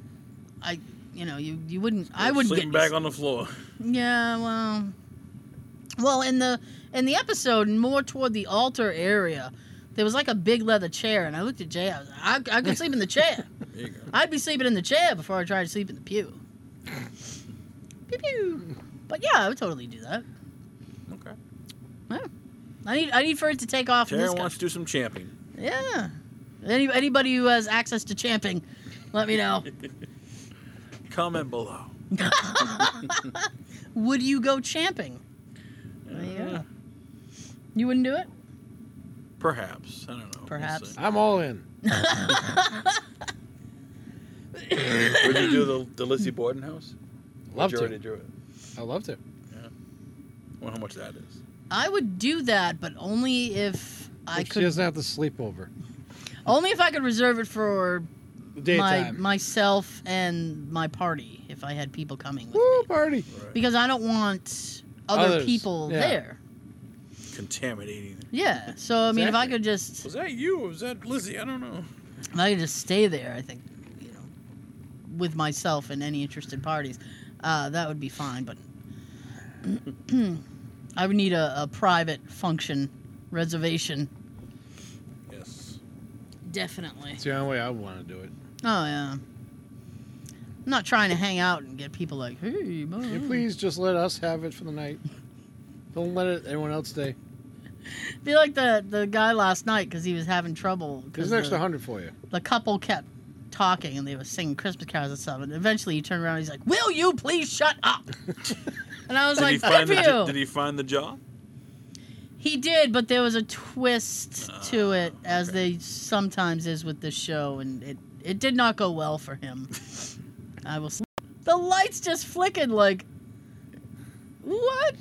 I, you know, you, you wouldn't, I wouldn't
Sleeping
get
back on the floor.
yeah, well, well, in the in the episode, more toward the altar area, there was like a big leather chair, and I looked at Jay. I was like, I, I could sleep in the chair.
There you go.
I'd be sleeping in the chair before I tried to sleep in the pew. pew pew. But yeah, I would totally do that.
Okay.
I need I need for it to take off. in this
Taryn
guy.
wants to do some champing.
Yeah. Any, anybody who has access to champing, let me know.
Comment below.
Would you go champing? There you go.
Uh,
Oh, You wouldn't do it?
Perhaps. I don't know. We'll
Perhaps.
see.
I'm all in.
Would you do the, the Lizzie Borden house?
Love
you already
to.
do it.
I love to.
I wonder how much that is.
I would do that, but only if I
If she
could.
doesn't have to sleep over.
Only if I could reserve it for my
Daytime.
myself and my party. If I had people coming with
Woo,
me,
party.
Right.
because I don't want other
Others,
people
yeah.
there.
Contaminating.
Yeah. So I mean, if I
Exactly.
could just,
Was that you? Or was that Lizzie? I don't know.
if I could just stay there, I think, you know, with myself and any interested parties, uh, that would be fine. But I would need a, a private function reservation,
Yes.
definitely.
It's the only way I want to do it.
Oh yeah. I'm not trying to hang out and get people like, hey,
Can you
man."
please just let us have it for the night? Don't let it anyone else stay.
Be like the the guy last night because he was having trouble.
There's
Because
an extra
the,
hundred for you.
the couple kept talking and they were singing Christmas carols and stuff. And eventually he turned around and he's like, "Will you please shut up?" and I was
Did, he
like,
find
"Thank
the, jo-
you."
did he find the job?
He did, but there was a twist to it,
Ah,
as
okay.
they sometimes is with this show, and it, it did not go well for him. I will. s- The lights just flickered like. What?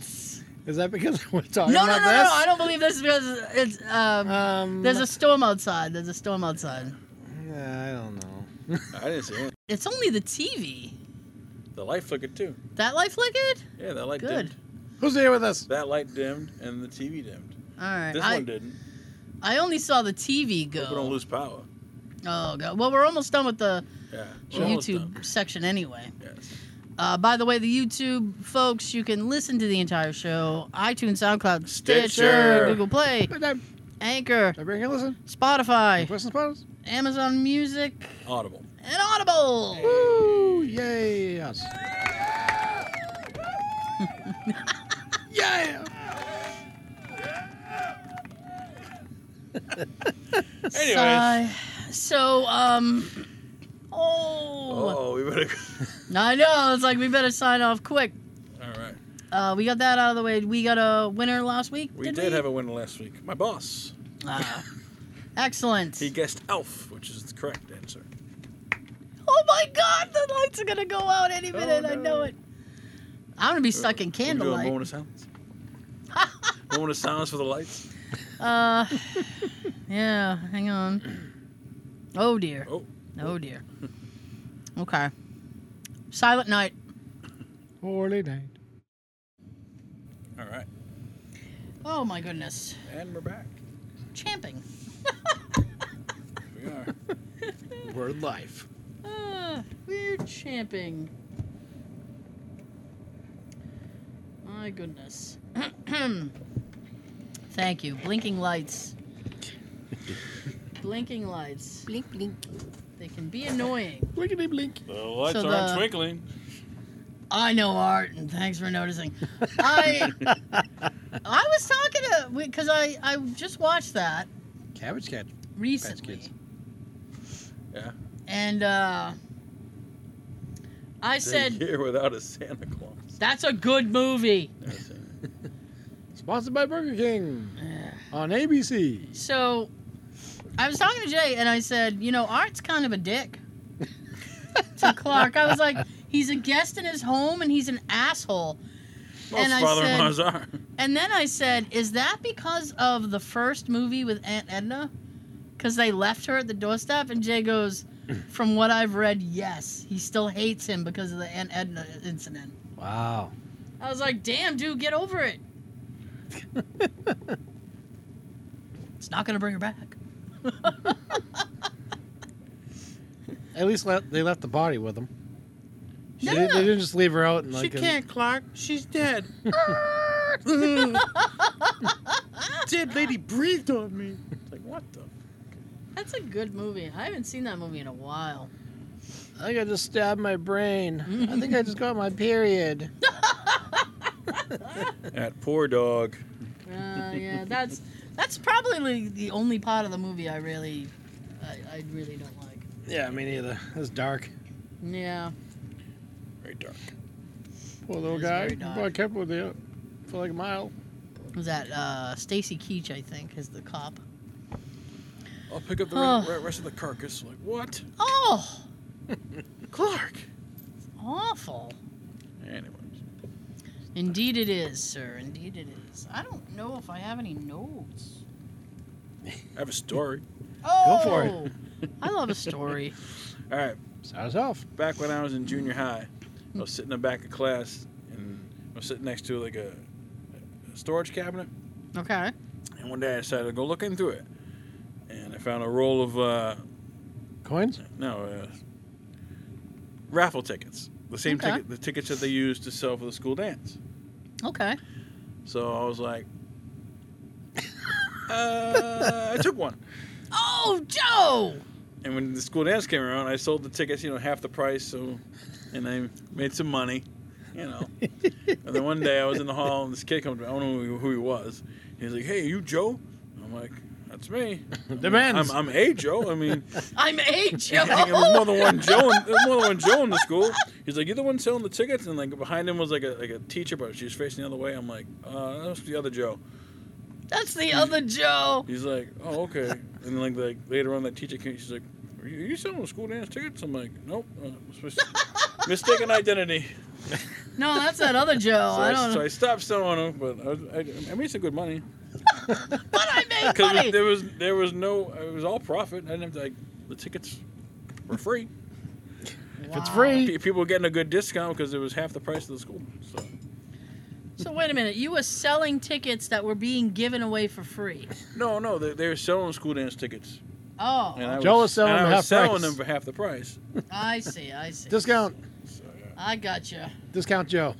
Is that because we're
No, no,
talking
no, no,
about
no!
this?
I don't believe this is because it's. Um,
Um,
there's a storm outside. There's a storm outside.
I don't know.
I didn't see it.
It's only the TV.
The light flickered too.
That light flickered.
Yeah, that light
Good.
dimmed.
Who's here with us?
That light dimmed and the TV dimmed.
All right.
This
I,
one didn't.
I only saw the TV go.
Hope we don't lose power.
Oh god. Well, we're almost done with the
Yeah. we're almost done.
YouTube section anyway.
Yes.
Uh, by the way, the YouTube folks, you can listen to the entire show: iTunes, SoundCloud, Stitcher,
Stitcher.
Google Play,
Hey, Dad,
Anchor,
everybody here listen? Any
Spotify,
Questions, problems?
Amazon Music,
Audible.
and Audible.
Woo! Yay! Yes. yeah!
Anyways.
Sigh. So, um, oh,
Oh, we better.
I know. It's like we better sign off quick.
All right.
Uh, we got that out of the way. We got a winner last week.
We did, have a winner last week. My boss.
Ah. excellent.
He guessed Elf, which is the correct answer.
Oh my God! The lights are gonna go out any
Oh,
minute. I
no.
know it. I'm gonna be stuck in
Can we do a
candlelight.
Moment of silence. moment of silence for the lights.
Uh, yeah. Hang on. Oh dear.
Oh.
Oh dear. Okay. Silent night.
Holy night.
All right.
Oh my goodness.
And we're back.
Champing.
We are.
Word life.
Ah, we're champing. My goodness. Thank you. Blinking lights. Blinking lights. Blink, blink. They can be annoying.
Blinkety blink.
the lights
So
aren't
the-
twinkling.
I know art, and thanks for noticing. I I was talking to because I I just watched that
Cabbage Cat.
recently.
Kids.
Yeah.
And uh, I said
Here without a Santa Claus.
that's a good movie.
Never seen it.
Sponsored by Burger King on ABC.
So I was talking to Jay and I said, you know, Art's kind of a dick to Clark. I was like, he's a guest in his home and he's an asshole.
Most
and I
father-in-laws are.
And then I said, "Is that because of the first movie with Aunt Edna? Because they left her at the doorstep?" And Jay goes, "From what I've read, yes. He still hates him because of the Aunt Edna incident."
Wow.
I was like, "Damn, dude, get over it." it's not gonna bring her back.
At least le- they left the body with them. She
No,
didn't-
no,
They
no.
didn't just leave her out and like.
she
and-
can't, Clark. She's dead. dead lady breathed on me. It's like what the?
That's a good movie. I haven't seen that movie in a while.
I think I just stabbed my brain. I think I just got my period.
That poor dog.
Uh, yeah, that's that's probably the only part of the movie I really, I, I really don't like.
Yeah, me neither. That's dark.
Yeah.
Very dark.
Poor little
It is
guy.
very dark.
I kept with you for like a mile.
was that uh, Stacy Keach, I think, is the cop.
I'll pick up the
Oh.
re- re- rest of the carcass. Like what?
Oh,
Clark.
awful.
Anyways,
Indeed it is, sir. Indeed it is. I don't know if I have any notes.
I have a story.
Oh,
for it.
I love a story.
All right.
Sound us off.
back when I was in junior high, I was sitting in the back of class and I was sitting next to like a, a storage cabinet.
Okay.
And one day I decided to go look into it, and I found a roll of uh,
Coins?
no uh, raffle tickets, the same
Okay.
ticket, the tickets that they used to sell for the school dance.
Okay.
So I was like, uh, I took one.
Oh, Joe!
And when the school dance came around, I sold the tickets, you know, half the price, so and I made some money, you know. and then one day I was in the hall and this kid comes, I don't know who he, who he was. He's like, "Hey, you Joe?" I'm like, "That's me."
Demands.
I'm, I'm a Joe. I mean,
I'm a Joe.
I think there was more than one Joe. In, there was more than one Joe in the school. He's like, "You're the one selling the tickets," and like behind him was like a like a teacher, but she was facing the other way. I'm like, "Uh, that was the other Joe."
That's the other Joe.
He's like, oh, okay. And like, like later on, that teacher came. She's like, are you, are you selling school dance tickets? I'm like, nope. Uh, it's mis- mistaken identity.
No, that's that other Joe.
so,
Oh, I
I,
don't
so
know.
I stopped selling them, but I, was- I, I made some good money
But I made
because
money.
there was there was no it was all profit. I didn't have to, like the tickets were free.
If it's
Wow.
free.
Pe- People were getting a good discount because it was half the price of the school. So
So wait a minute. You were selling tickets that were being given away for free.
no, no, they, they were selling school dance tickets,
Oh,
and I
Joe
was,
was selling
and
them
I was
half
selling
price.
them for half the price.
I see. I see.
Discount.
So, yeah.
I gotcha.
Discount Joe.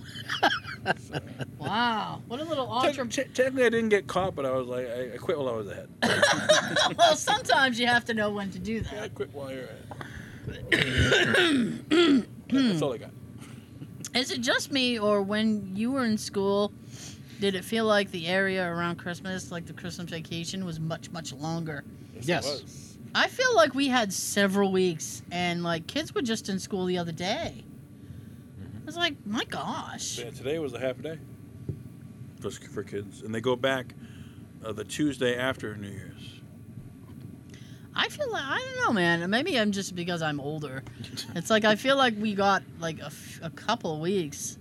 Wow, what a little
Te-
entrepreneur.
te- technically, I didn't get caught, but I was like, I, I quit while I was ahead.
well, sometimes you have to know when to do
Yeah,
that.
quit while you're at it. That's all I got.
Is it just me, or when you were in school, did it feel like the area around Christmas, like the Christmas vacation, was much, much longer?
it
Yes.
was.
I feel like we had several weeks, and like kids were just in school the other day. I was like, my gosh.
Yeah, today was a half day. Just for kids. And they go back uh, the Tuesday after New Year's.
I feel like, I don't know, man. Maybe I'm just because I'm older. It's like, I feel like we got like a, f- a couple weeks.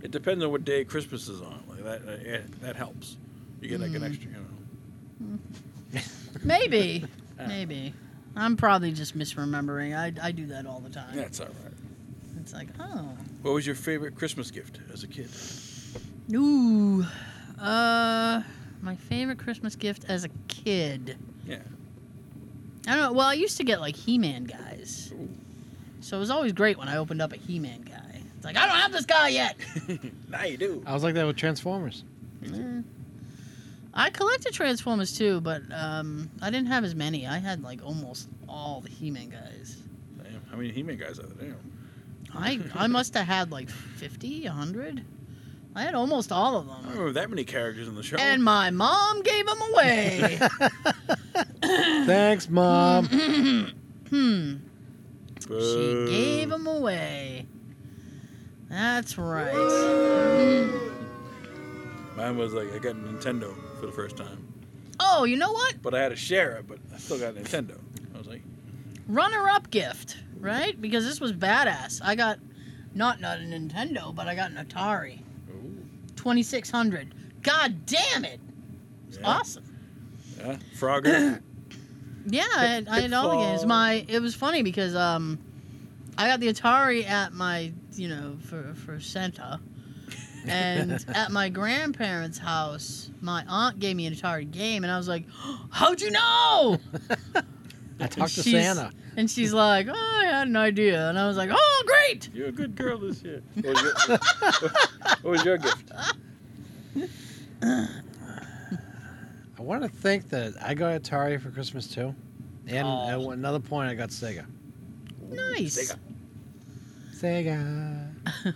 It depends on what day Christmas is on. Like that, uh, yeah, that helps. You get like an
Mm.
extra, you know.
Maybe. Maybe. I'm probably just misremembering. I, I do that all the time.
That's all right.
It's like, oh.
What was your favorite Christmas gift as a kid?
Ooh. Uh, my favorite Christmas gift as a kid.
Yeah.
I don't know. Well, I used to get like He Man guys.
Ooh.
So it was always great when I opened up a He Man guy. It's like, I don't have this guy yet.
now you do.
I was like that with Transformers.
Eh. I collected Transformers too, but um, I didn't have as many. I had like almost all the He Man guys.
Damn. How many He-Man guys are there? Damn.
I, I must have had like 50, 100. I had almost all of
I don't
them.
remember that many characters in the show.
And my mom gave them away.
Thanks, Mom.
hmm. She
Boo.
gave them away. That's right.
Mine was like, I got a Nintendo for the first time.
Oh, you know what?
but I had to share it. But I still got Nintendo. I was like,
Runner up gift, right? Because this was badass. I got not not a Nintendo, but I got an Atari.
ooh,
twenty six hundred. God damn it! It's
Yeah.
awesome.
Yeah. Frogger.
Yeah, I had, I had all the games.
Pitfall.
My it was funny because um, I got the Atari at my you know for for Santa, and at my grandparents' house, my aunt gave me an Atari game, and I was like, "How'd you know?"
I talked to
She's-
Santa.
And she's like, "Oh, I had an idea," and I was like, "Oh, great!"
You're a good girl this year. What was your, what was your gift?
I want to think that I got Atari for Christmas too, and
Aw.
at another point I got Sega.
Nice.
Sega.
Sega.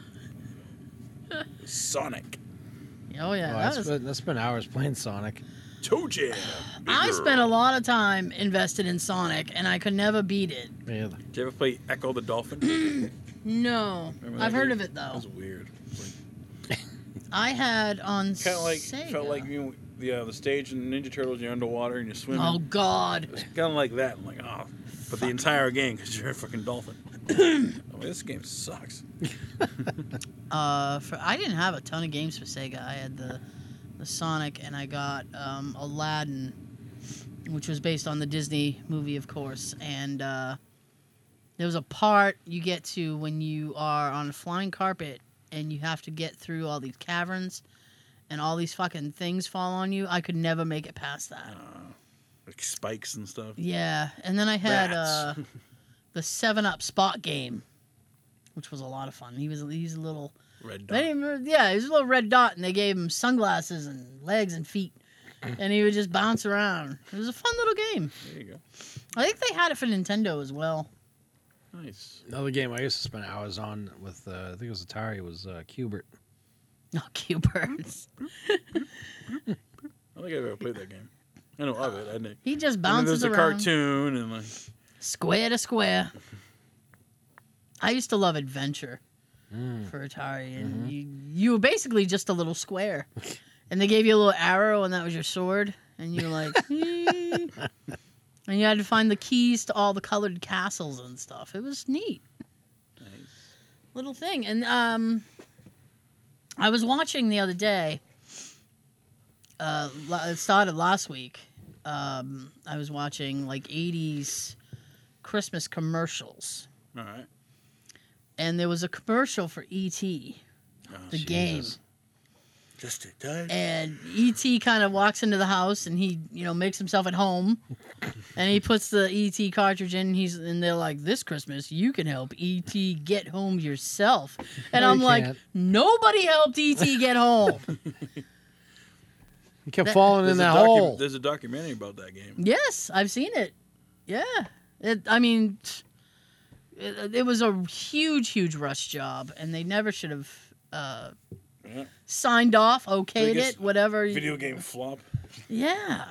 Sonic.
Oh yeah,
oh, I
that was
spent, I spent hours playing Sonic.
Toe Jam.
I spent a lot of time invested in Sonic, and I could never beat it.
Yeah,
Did you ever play Echo the Dolphin?
No,
Remember that
I've heard
game?
of it
That
though.
was weird.
I had on
Kind of like
Sega.
felt like you know, the uh, the stage in Ninja Turtles. You're underwater and you're swimming.
Oh God!
It's kind of like that. I'm like, oh, but the entire game because you're a fucking dolphin. I'm like, this game sucks.
Uh, for I didn't have a ton of games for Sega. I had the the Sonic, and I got um, Aladdin, which was based on the Disney movie, of course. And uh, there was a part you get to when you are on a flying carpet, and you have to get through all these caverns, and all these fucking things fall on you. I could never make it past that.
Like spikes and stuff.
Yeah, and then I had
Rats.
uh, the Seven Up Spot game, which was a lot of fun. He was he's a little
Red dot.
they didn't even- yeah he was a little red dot, and they gave him sunglasses and legs and feet, and he would just bounce around. It was a fun little game.
There you go.
I think they had it for Nintendo as well.
Nice.
another game I used to spend hours on with uh, I think it was Atari was uh, Cubert.
Oh, cute birds.
I don't think I've ever played that game. I know of it. I didn't.
He just
I mean,
bounces
there's a
around
cartoon and like
square to square. I used to love Adventure.
Hmm.
Mm.
for Atari, and
Mm-hmm.
Mhm.
you, you were basically just a little square. and they gave you a little arrow, and that was your sword, and you were like, "Hmm." and you had to find the keys to all the colored castles and stuff. It was neat,
nice.
little thing. And um, I was watching the other day. Uh, la- it started last week. Um, I was watching like '80s Christmas commercials,
All right.
and there was a commercial for ET.
Oh,
The
shit.
game.
Just a time.
and ET kind of walks into the house and he, you know, makes himself at home, and he puts the ET cartridge in. And he's and they're like, "This Christmas, you can help ET get home yourself." And
No,
I'm
you
like,
can't.
"Nobody helped ET get home."
He kept
That-
falling
There's
in
a
that
docu-
hole.
There's a documentary about that game.
yes, I've seen it. Yeah, it, I mean, it, it was a huge, huge rush job, and they never should have uh,
Yeah.
signed off, okayed
Biggest
it, whatever.
Video game flop.
Yeah,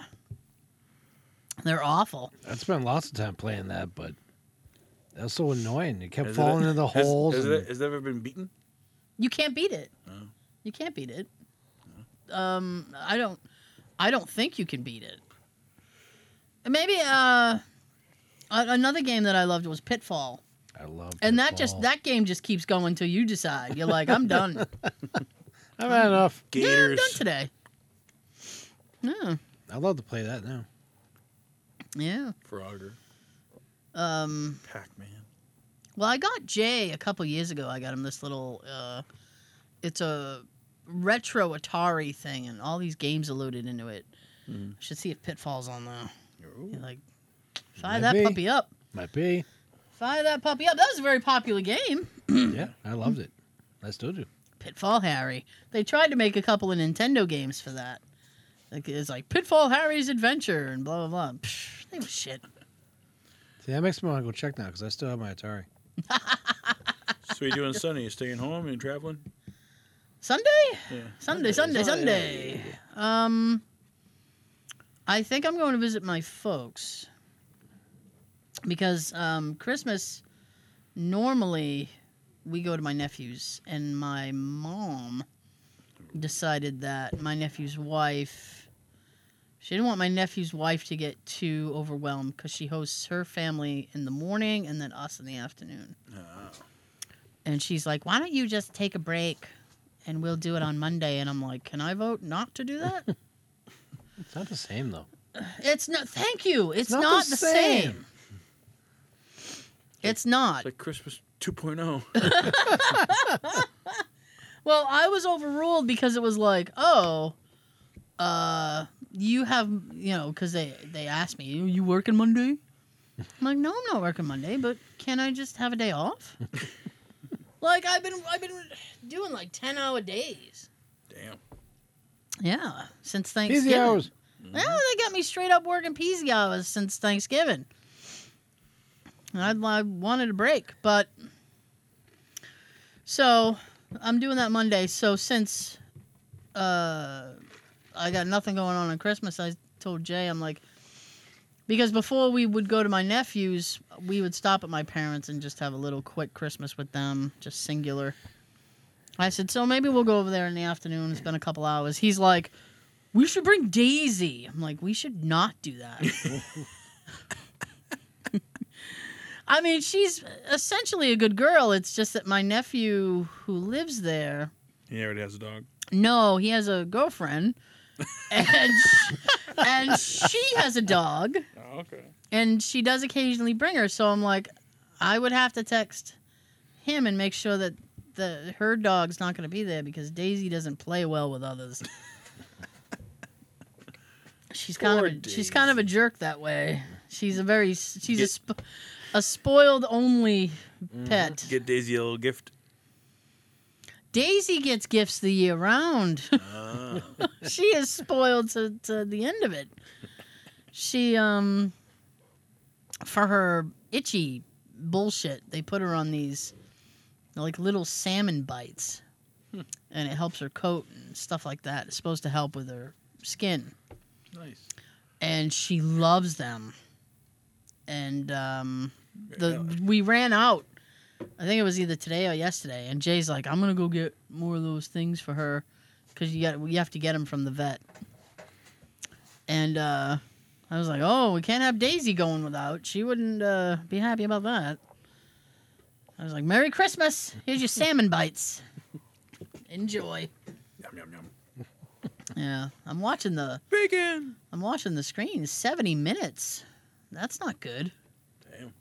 they're awful.
I spent lots of time playing that, but that was so annoying. It kept
Has it-
falling into the
has-
holes.
Has,
and-
it, has it ever been beaten?
You can't beat it.
No.
You can't beat it. Um, I don't. I don't think you can beat it. Maybe uh, a- another game that I loved was Pitfall,
I love.
and that just
Pitfall.
that game just keeps going until you decide. You're like, I'm done. Yeah,
I've had enough.
I'm
Gators.
done today. Yeah,
I'd love to play that now.
yeah.
Frogger.
Um,
Pac-Man.
Well, I got Jay a couple years ago. I got him this little. Uh, it's a retro Atari thing, and all these games are loaded into it.
Mhm.
I should see if Pitfall's on there.
Ooh.
You're like, fire that
Maybe.
puppy up!
Might be.
Fire that puppy up! That was a very popular game.
yeah, I loved it. I still do.
Pitfall Harry. They tried to make a couple of Nintendo games for that. Like it's like Pitfall Harry's Adventure and blah blah blah. Psh, they were shit.
See, that makes me want to go check now because I still have my Atari.
So you doing Sunday? You staying home and traveling?
Sunday,
Yeah.
Sunday, Sunday, Sunday. Um, I think I'm going to visit my folks because um, Christmas normally we go to my nephew's, and my mom decided that my nephew's wife she didn't want my nephew's wife to get too overwhelmed because she hosts her family in the morning and then us in the afternoon.
Ah,
And she's like, "Why don't you just take a break and we'll do it on Monday. And I'm like, can I vote not to do that?
It's not the same though.
It's not. Thank you. It's, not, the same. It's not.
It's like Christmas oh. 2.0.
Well, I was overruled because it was like, oh, uh, you have, you know, because they they asked me, you, you working Monday? I'm like, no, I'm not working Monday, but can I just have a day off? like I've been I've been doing like ten hour days.
Damn.
Yeah, since Thanksgiving.
Easy hours.
Mm-hmm.
Well, they got me straight up working peasy hours since Thanksgiving. And I, I wanted a break, but so I'm doing that Monday. So since uh, I got nothing going on on Christmas, I told Jay, I'm like, because before we would go to my nephew's, we would stop at my parents and just have a little quick Christmas with them, just singular. I said, so maybe we'll go over there in the afternoon. It's been a couple hours. He's like, we should bring Daisy. I'm like, we should not do that. I mean, she's essentially a good girl. It's just that my nephew who lives there,
He already has a dog.
no, he has a girlfriend, and sh- and she has a dog,
Oh, okay.
and she does occasionally bring her. So I'm like, I would have to text him and make sure that the her dog's not going to be there because Daisy doesn't play well with others. she's kind
Poor
of a, she's kind of a jerk that way. She's a very s- she's a
Get- Mm-hmm.
sp- a spoiled only pet.
Get Daisy a little gift.
Daisy gets gifts the year round.
Ah.
she is spoiled to, to the end of it. She um for her itchy bullshit, they put her on these like little salmon bites. And it helps her coat and stuff like that. It's supposed to help with her skin.
nice.
And she loves them. And um the we ran out. I think it was either today or yesterday. And Jay's like, I'm gonna go get more of those things for her, because you got you have to get them from the vet. And uh, I was like, oh, we can't have Daisy going without. She wouldn't uh, be happy about that. I was like, Merry Christmas. Here's your salmon bites. Enjoy.
Yum, yum, yum.
Yeah, I'm watching the
Bacon.
I'm watching the screen. 70 minutes. That's not good.
Damn.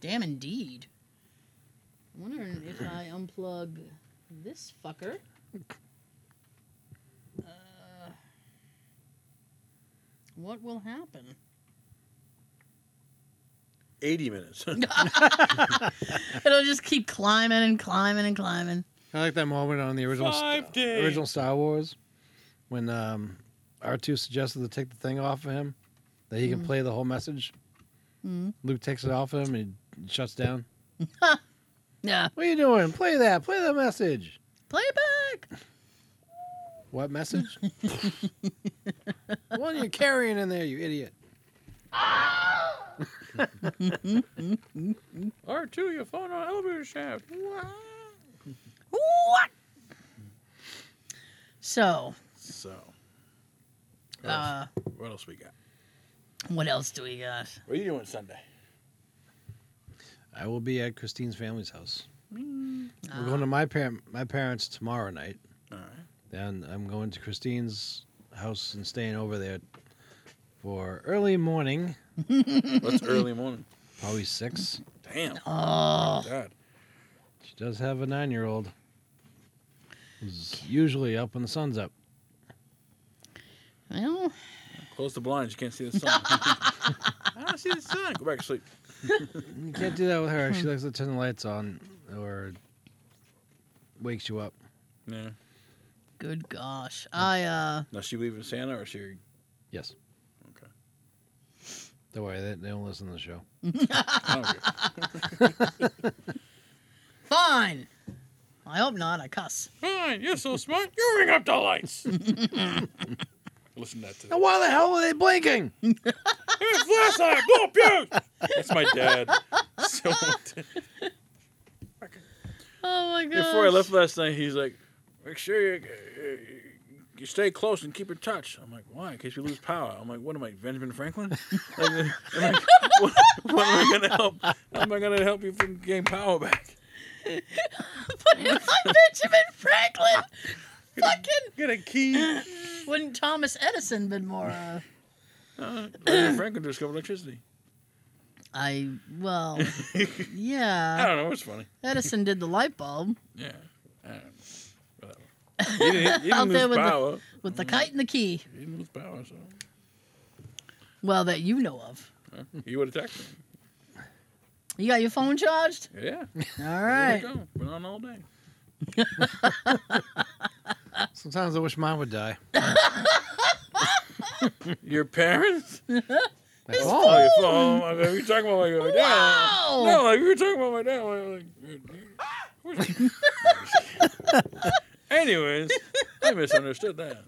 Damn indeed. I'm wondering if I unplug this fucker. Uh, what will happen?
80 minutes.
It'll just keep climbing and climbing and climbing.
I like that moment on the original
Five
Sta-
days.
original Star Wars when um, R2 suggested to take the thing off of him that he can play the whole message.
Mm.
Luke takes it off of him and he shuts down.
Yeah.
What are you doing? Play that. Play the message.
Play it back.
What message? what are you carrying in there, you idiot?
R2, your phone on elevator shaft. What?
What? So,
So, what else,
uh,
what else we got?
what else do we got?
What are you doing Sunday?
I will be at Christine's family's house. We're going to my parent my parents tomorrow night.
All right.
Then I'm going to Christine's house and staying over there for early morning,
What's early morning?
probably six.
Damn.
Oh,
God.
She does have a nine year old who's usually up when the sun's up.
well,
Close the blinds. You can't see the sun. I don't see the sun. Go back to sleep.
You can't do that with her. She likes to turn the lights on or wakes you up.
Yeah.
good gosh. I, uh,
Now, she believe in Santa or she.
Yes.
Okay.
Don't worry, they, they don't listen to the show.
I don't care.
fine. I hope not. I cuss.
Fine. You're so smart. You ring up the lights. Listen to that today.
Now, why the hell are they blinking?
Here's flashlight. Blow up you. That's my dad. So
Oh my god.
before I left last night, he's like, "Make sure you, uh, you stay close and keep in touch." I'm like, "Why? In case you lose power." I'm like, "What am I, Benjamin Franklin?" And then- I'm like, what, what am I gonna help? How am I gonna help you from gain power back?
Put him on Benjamin Franklin. Fucking
Get a key.
wouldn't Thomas Edison been more? Uh,
Uh, Benjamin Franklin discovered electricity.
I well,
I
yeah.
don't know. It's funny.
Edison did the light bulb
Yeah. I don't know. Whatever. He didn't, he
Out
didn't
there
lose
with the-
power.
with the kite and the key.
He didn't lose power, so
Well, that you know of.
huh? he would attack me.
You got your phone charged?
Yeah.
All
There
right.
you go. Been on all day.
Sometimes I wish mine would die.
Your parents?
Like,
Oh,
oh,
your phone. I mean, we were talking about my my dad.
Wow.
No, like we were talking about my dad. I was like, where's- Anyways, I misunderstood that.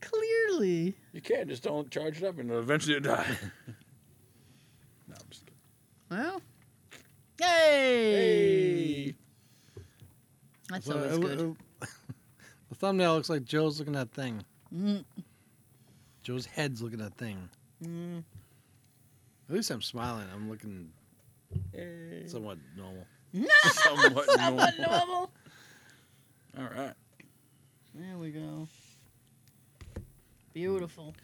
Clearly.
You can't just don't charge it up and eventually it'll die. no, I'm just kidding.
Well. Yay!
Hey.
That's
so
always
uh,
it-
good.
it- the thumbnail looks like Joe's looking at that thing.
uh,
Mm,
Joe's head's looking at that thing.
mm.
At least I'm smiling. I'm looking
Hey.
somewhat normal.
No,
Somewhat
somewhat
normal.
normal.
All right.
There we go. Beautiful.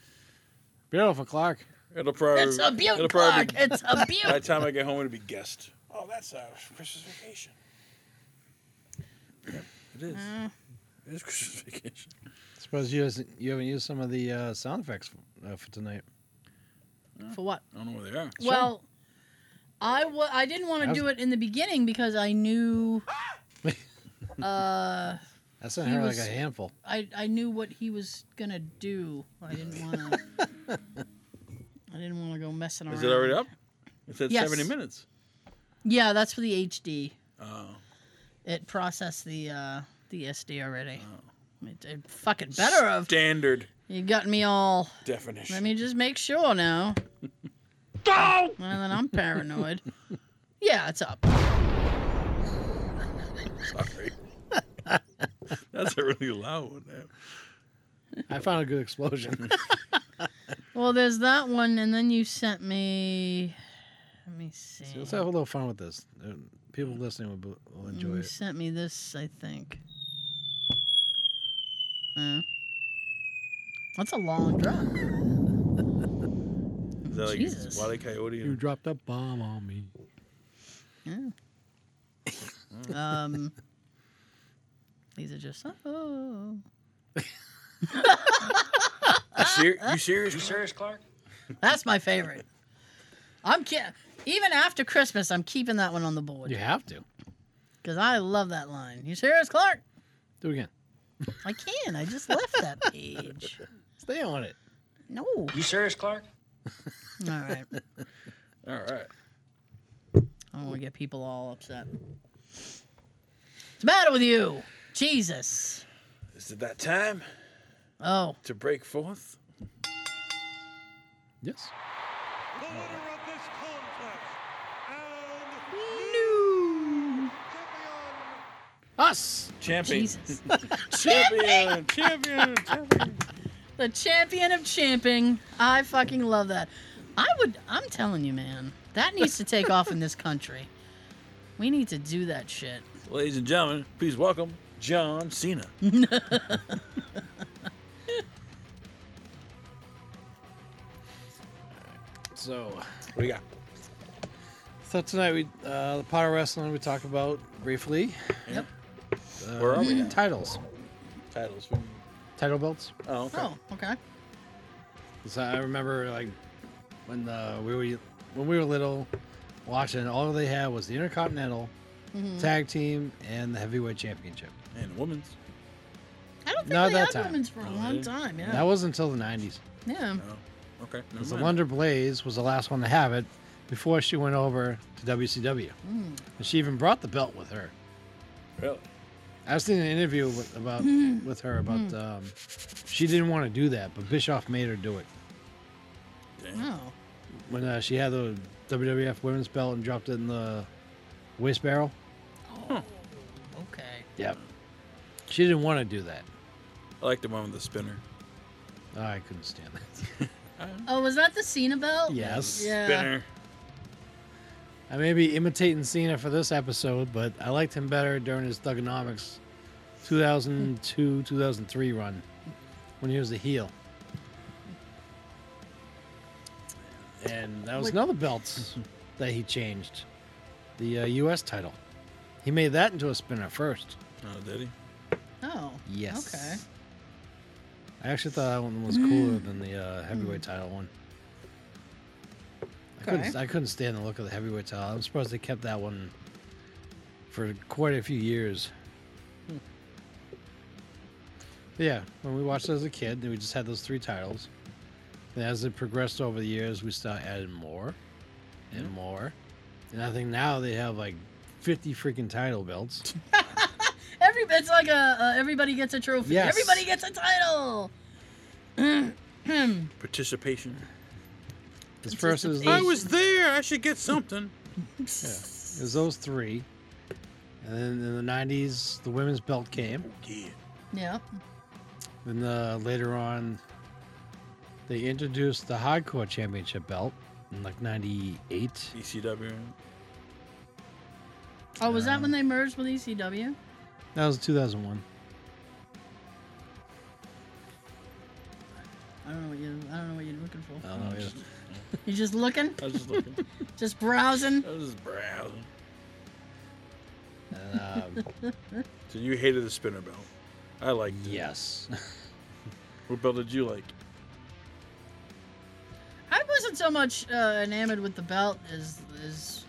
Beautiful, Clark.
It'll probably.
It's a beaut,
it'll probably
Clark.
be-
It's a
By the
beaut.
time I get home, it'll be guest. Oh, that's uh, Christmas vacation. Yep, it is.
Uh,
It is Christmas vacation.
Suppose you hasn't, you haven't used some of the uh, sound effects uh, for tonight.
for what?
I don't know where they are.
Well, I wa- I didn't want to
How's-
do it in the beginning because I knew. Uh,
That sounded
He
like
was-
a handful.
I I knew what he was gonna do. I didn't want to. I didn't want to go messing around.
Is it already up? It said
Yes.
70 minutes.
Yeah, that's for the HD.
Oh.
It processed the uh, the SD already.
Oh.
It, it fucking better of.
Standard
You got me all.
definition.
Let me just make sure now. Go! Well, then I'm paranoid. yeah, it's up.
Sorry. That's a really loud one. There.
I found a good explosion.
Well, there's that one, and then you sent me. Let me see.
So let's have a little fun with this. Uh, People listening will, be-
Mm,
will enjoy
you
it.
sent me this, I think. Uh, that's a long drop.
Is that like
Jesus.
Wile E. Coyote?
You
And,
dropped a bomb on me.
Um, these are just. Oh.
you, ser- you serious? You serious?
That's my favorite. I'm ki- even after Christmas, I'm keeping that one on the board
You have to.
because I love that line. You serious, Clark?
Do it again.
I can. I just left that page.
Stay on it.
No. All
You serious, Clark?
right. I
All right.
don't want to get people all upset. What's the matter with you? Jesus.
Is it that time
Oh,
to break forth?
Yes.
The winner of this contest and champion
Us.
Champion.
Jesus.
Champion. Champion. Champion.
The champion of champing. I fucking love that. I would, I'm telling you, man, that needs to take off in this country. We need to do that shit.
Ladies and gentlemen, please welcome John Cena.
So,
What do you got?
so tonight we uh, the power wrestling we talked about briefly.
Yep.
Uh,
Where are we now?
Titles,
Titles.
title belts.
Oh, okay.
Oh, okay.
So I remember like when uh, we were when we were little, watching all they had was the Intercontinental,
Mhm.
Tag Team, and the Heavyweight Championship.
And women's.
I don't think
Not
we
that
had
time.
women's for a
Oh,
long
really?
time. Yeah.
That was until the '90s.
yeah.
Oh, okay. never
Because the
mind.
Wonder Blaze was the last one to have it before she went over to WCW,
Mm.
and she even brought the belt with her.
Really?
I was doing an interview with, about
Mm.
with her about um, she didn't want to do that, but Bischoff made her do it
Damn.
Oh.
when uh, she had the WWF Women's Belt and dropped it in the waste barrel.
Okay.
Yep. She didn't want to do that.
I like the one with the spinner.
I couldn't stand that.
Oh, was that the Cena belt?
Yes.
Yeah.
Spinner.
I may be imitating Cena for this episode, but I liked him better during his Thugonomics 2002 2003 run when he was a heel. And that was
What-
another belt that he changed the uh, U.S. title. He made that into a spinner first.
Oh, did he?
Oh.
Yes.
Okay.
I actually thought that one was cooler than the uh, heavyweight title one. I couldn't,
Okay.
I couldn't stand the look of the heavyweight title. I'm surprised they kept that one for quite a few years. But yeah, when we watched it as a kid, we just had those three titles. And as it progressed over the years, we started adding more and more. And I think now they have like 50 freaking title belts.
Every it's like a, a everybody gets a trophy.
Yes.
Everybody gets a title.
Participation.
As first as
I
those-
was
there. I should get something.
It was those three. And then in the 90s, the women's belt came.
Yeah.
Yeah.
Then the, later on, they introduced the hardcore championship belt in like 98.
ECW.
Oh, was that when they merged with E ECW?
That was 2001.
I don't know what you I don't know what you're looking for.
I don't know. either.
You're Uh, just looking,
I was just looking.
just browsing.
I was just browsing.
And, um,
So you hated the spinner belt. I liked it.
yes.
What belt did you like?
I wasn't so much uh, enamored with the belt as as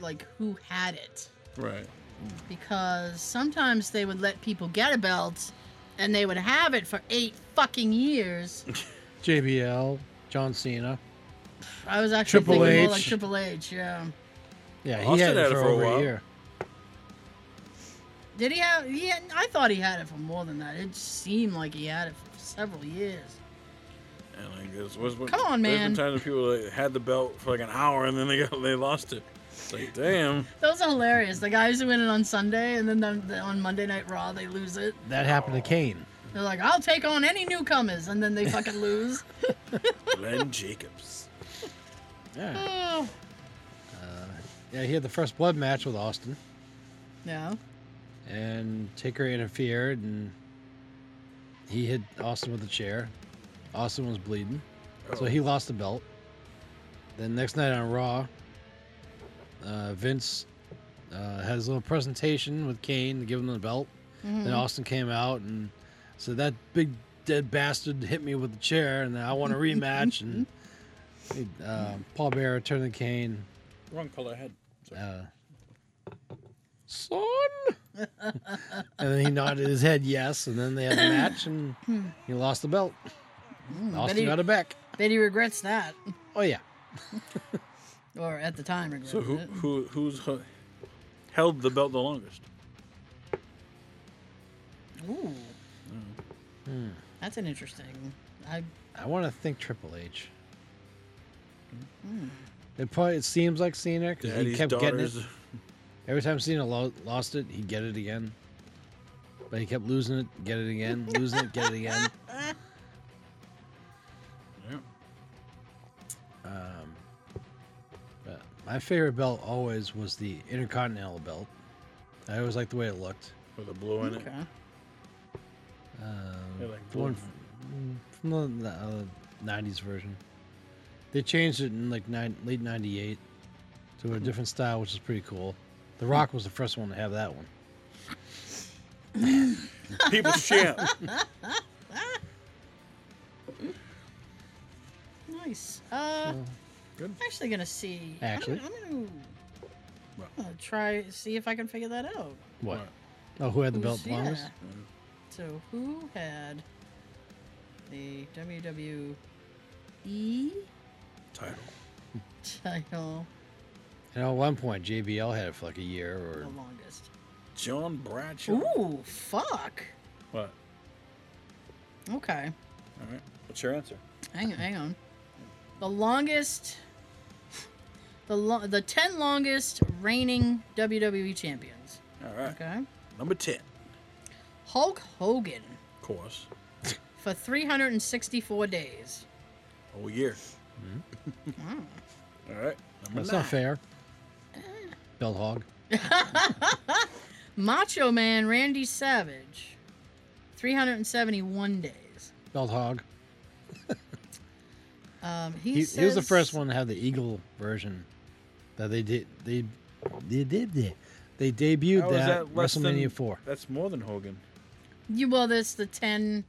like who had it
Right.
because sometimes they would let people get a belt and they would have it for eight fucking years.
JBL, John Cena.
I was actually
Triple
thinking more
H.
like Triple H. Yeah.
Yeah, he
Austin
had it for, over a
while.
year.
Did he have? He had, I thought he had it for more than that. It seemed like he had it for several years.
And like this was what,
Come on, man.
There's been times when people like, had the belt for like an hour and then they got they lost it. It's like damn.
Those are hilarious. The guys who win it on Sunday and then the, the, on Monday Night Raw they lose it.
That happened to Kane.
They're like, "I'll take on any newcomers," and then they fucking lose.
Glenn Jacobs.
Yeah.
Oh.
Yeah, he had the first blood match with Austin.
Yeah.
and Taker interfered and he hit Austin with a chair. Austin was bleeding, so he lost the belt. Then next night on Raw, uh, Vince uh, had his little presentation with Kane to give him the belt. Then Austin came out and said, "That big dead bastard hit me with the chair, and I want a rematch." and he- uh, Paul Bearer turned to Kane.
Oh, Wrong color head. Sorry.
Uh, son. and then he nodded his head yes, and then they had a match, and he lost the belt. Austin
he-
got it back.
But he regrets that,
Oh yeah,
or at the time regrets
So who
it.
Mm-hmm.
who who's h- held the belt the longest?
Ooh.
Hmm.
That's an interesting. I
I want to think Triple H. It probably it seems like Cena because he
Daddy's
kept getting it.
daughters.
Every time Cena lo- lost it, he'd get it again. But he kept losing it, get it again, losing it, get it again.
Yeah.
Um, but my favorite belt always was the Intercontinental belt. I always liked the way it looked.
With the blue in
okay.
it.
Um,
Yeah, like
the one
blue.
f- from the, the uh, 90s version. They changed it in like nine, late 98 to
Hmm.
a different style, which is pretty cool. The Rock was the first one to have that one.
People's champ.
Nice. Uh,
Hmm. Good.
I'm actually gonna see. I'm
Actually?
gonna- I'm gonna, I'm gonna try see if I can figure that out.
What? Oh, who had the
Who's-
belt longest?
yeah. So who had the WWE
Title.
title
And at one point, JBL had it for like a year or
the longest?
John Bradshaw.
Ooh, fuck.
What?
Okay,
All right. What's your answer?
hang hang on. The longest, the lo- the ten longest reigning WWE champions.
All right.
Okay,
Number ten.
Hulk Hogan
Of course.
for 364 days.
Whole year. All right. Number
Mm-hmm. That's
nine.
not fair.
Uh,
Bill Hogg.
Macho Man Randy Savage, 371 days.
Bill Hogg.
Um, he,
He, he, was the
says-
first one to have the Eagle version that they did. They they did they, they debuted
How is
that,
less than-
WrestleMania four.
That's more than Hogan.
You well, that's the 10,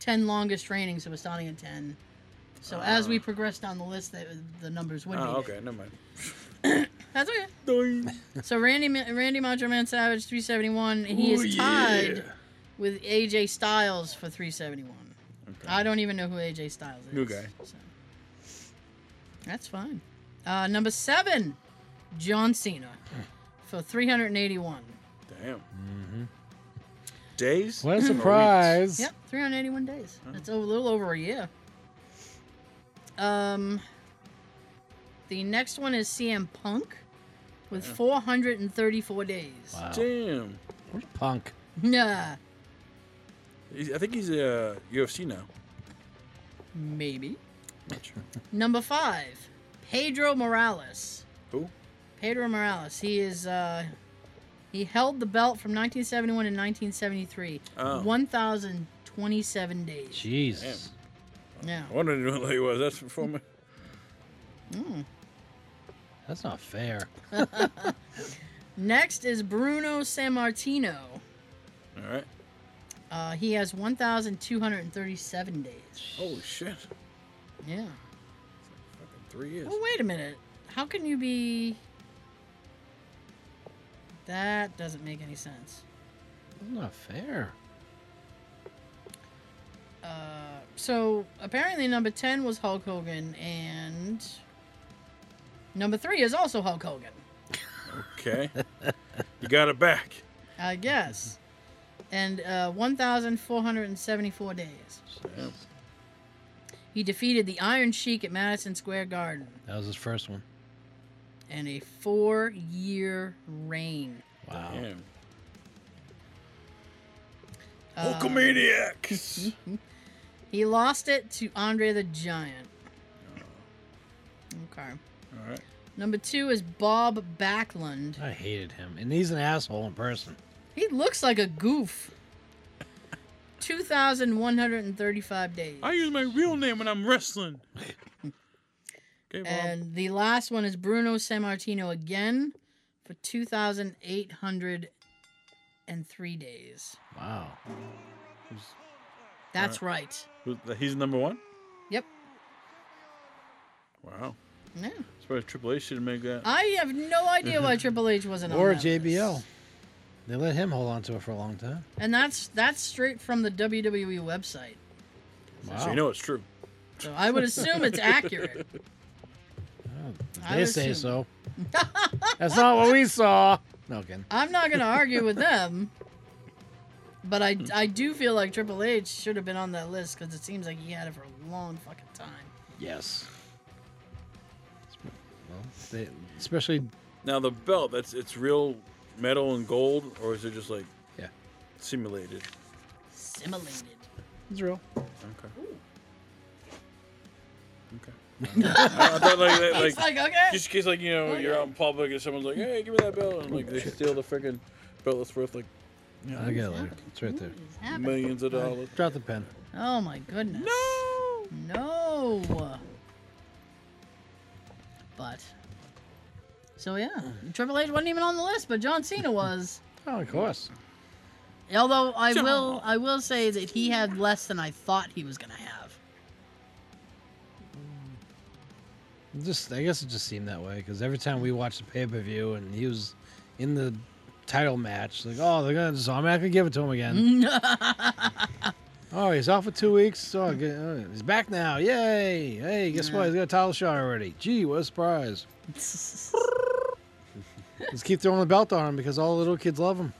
10 longest reigning, so it was starting at 10. So
Ah.
as we progress down the list, the, the numbers would be.
Oh, okay, never mind.
That's okay.
Doing.
So Randy Ma- Randy Macho Man Savage 371. He
Ooh,
is
yeah.
tied with AJ Styles for 371.
Okay.
I don't even know who AJ Styles is.
New guy.
so. That's fine. Uh, number seven, John Cena
Hmm.
for 381.
Damn. Days?
Mm-hmm. What a
Or weeks?
surprise!
Yep, 381 days.
Mm-hmm.
That's a little over a year. Um, the next one is CM Punk with 434 days.
Wow.
Damn.
Where's Punk?
Nah,
He's, I think he's a uh, UFC now.
maybe.
Not sure.
Number five, Pedro Morales.
Who?
Pedro Morales. He is. Uh, he held the belt from 1971 to 1973.
Oh.
1,027 days.
Jesus.
Yeah.
I wanted to know who he was. That's for me.
Mm.
That's not fair.
Next is Bruno Sammartino.
All right.
Uh, he has 1,237 days.
Holy shit.
Yeah.
Fucking three years.
Oh, wait a minute. How can you be. That doesn't make any sense.
That's not fair.
Uh, so apparently number 10 was Hulk Hogan and number 3 is also Hulk Hogan,
Okay. you got it back.
I guess. And uh, 1,474 days.
Damn.
He defeated the Iron Sheik at Madison Square Garden
That was his first one.
in a four year reign.
Wow.
Damn.
Uh,
Hulkamaniacs.
He lost it to Andre the Giant. Okay.
All right.
Number two is Bob Backlund.
I hated him, and he's an asshole in person.
He looks like a goof. 2,135 days.
I use my real name when I'm wrestling. Okay, Bob.
and the last one is Bruno Sammartino again for 2,803 days.
Wow.
That's right.
Who- He's number one?
Yep.
Wow.
Yeah.
Surprised Triple H didn't make that.
I have no idea why Triple H wasn't on
Or
that
JBL.
list.
They let him hold on to it for a long time.
And that's that's straight from the WWE website.
Wow.
So you know it's true.
So I would assume it's accurate.
Oh,
I
they
would
say
assume.
so. That's not what we saw. No, kidding.
I'm not going to argue with them. But I, I do feel like Triple H should have been on that list because it seems like he had it for a long fucking time.
Yes. Well, they, especially
Now the belt, that's it's real metal and gold, or is it just like
Yeah.
simulated?
Simulated.
Israel.
Okay. Okay. I, I thought like, that-
It's
like,
like, okay.
just in case like you know
Oh,
you're
yeah.
out in public and someone's like, hey, give me that belt, and like they steal the freaking belt that's worth like
I got it later. It's right there.
What is happening?
millions of dollars.
Drop the pen.
Oh my goodness.
No.
No. But. So yeah, Triple H wasn't even on the list, but John Cena was.
Oh, of course.
Although I
John.
will, I will say that he had less than I thought he was gonna have.
It Just I guess it just seemed that way because every time we watched the pay per view and he was in the title match, like oh they're gonna just automatically give it to him
Mm-hmm.
again. oh, he's off for two weeks. Oh, good. oh, he's back now. Yay! Hey, guess what?
Yeah.
He's got a title shot already. Gee, what a surprise! Let's keep throwing the belt on him because all the little kids love him.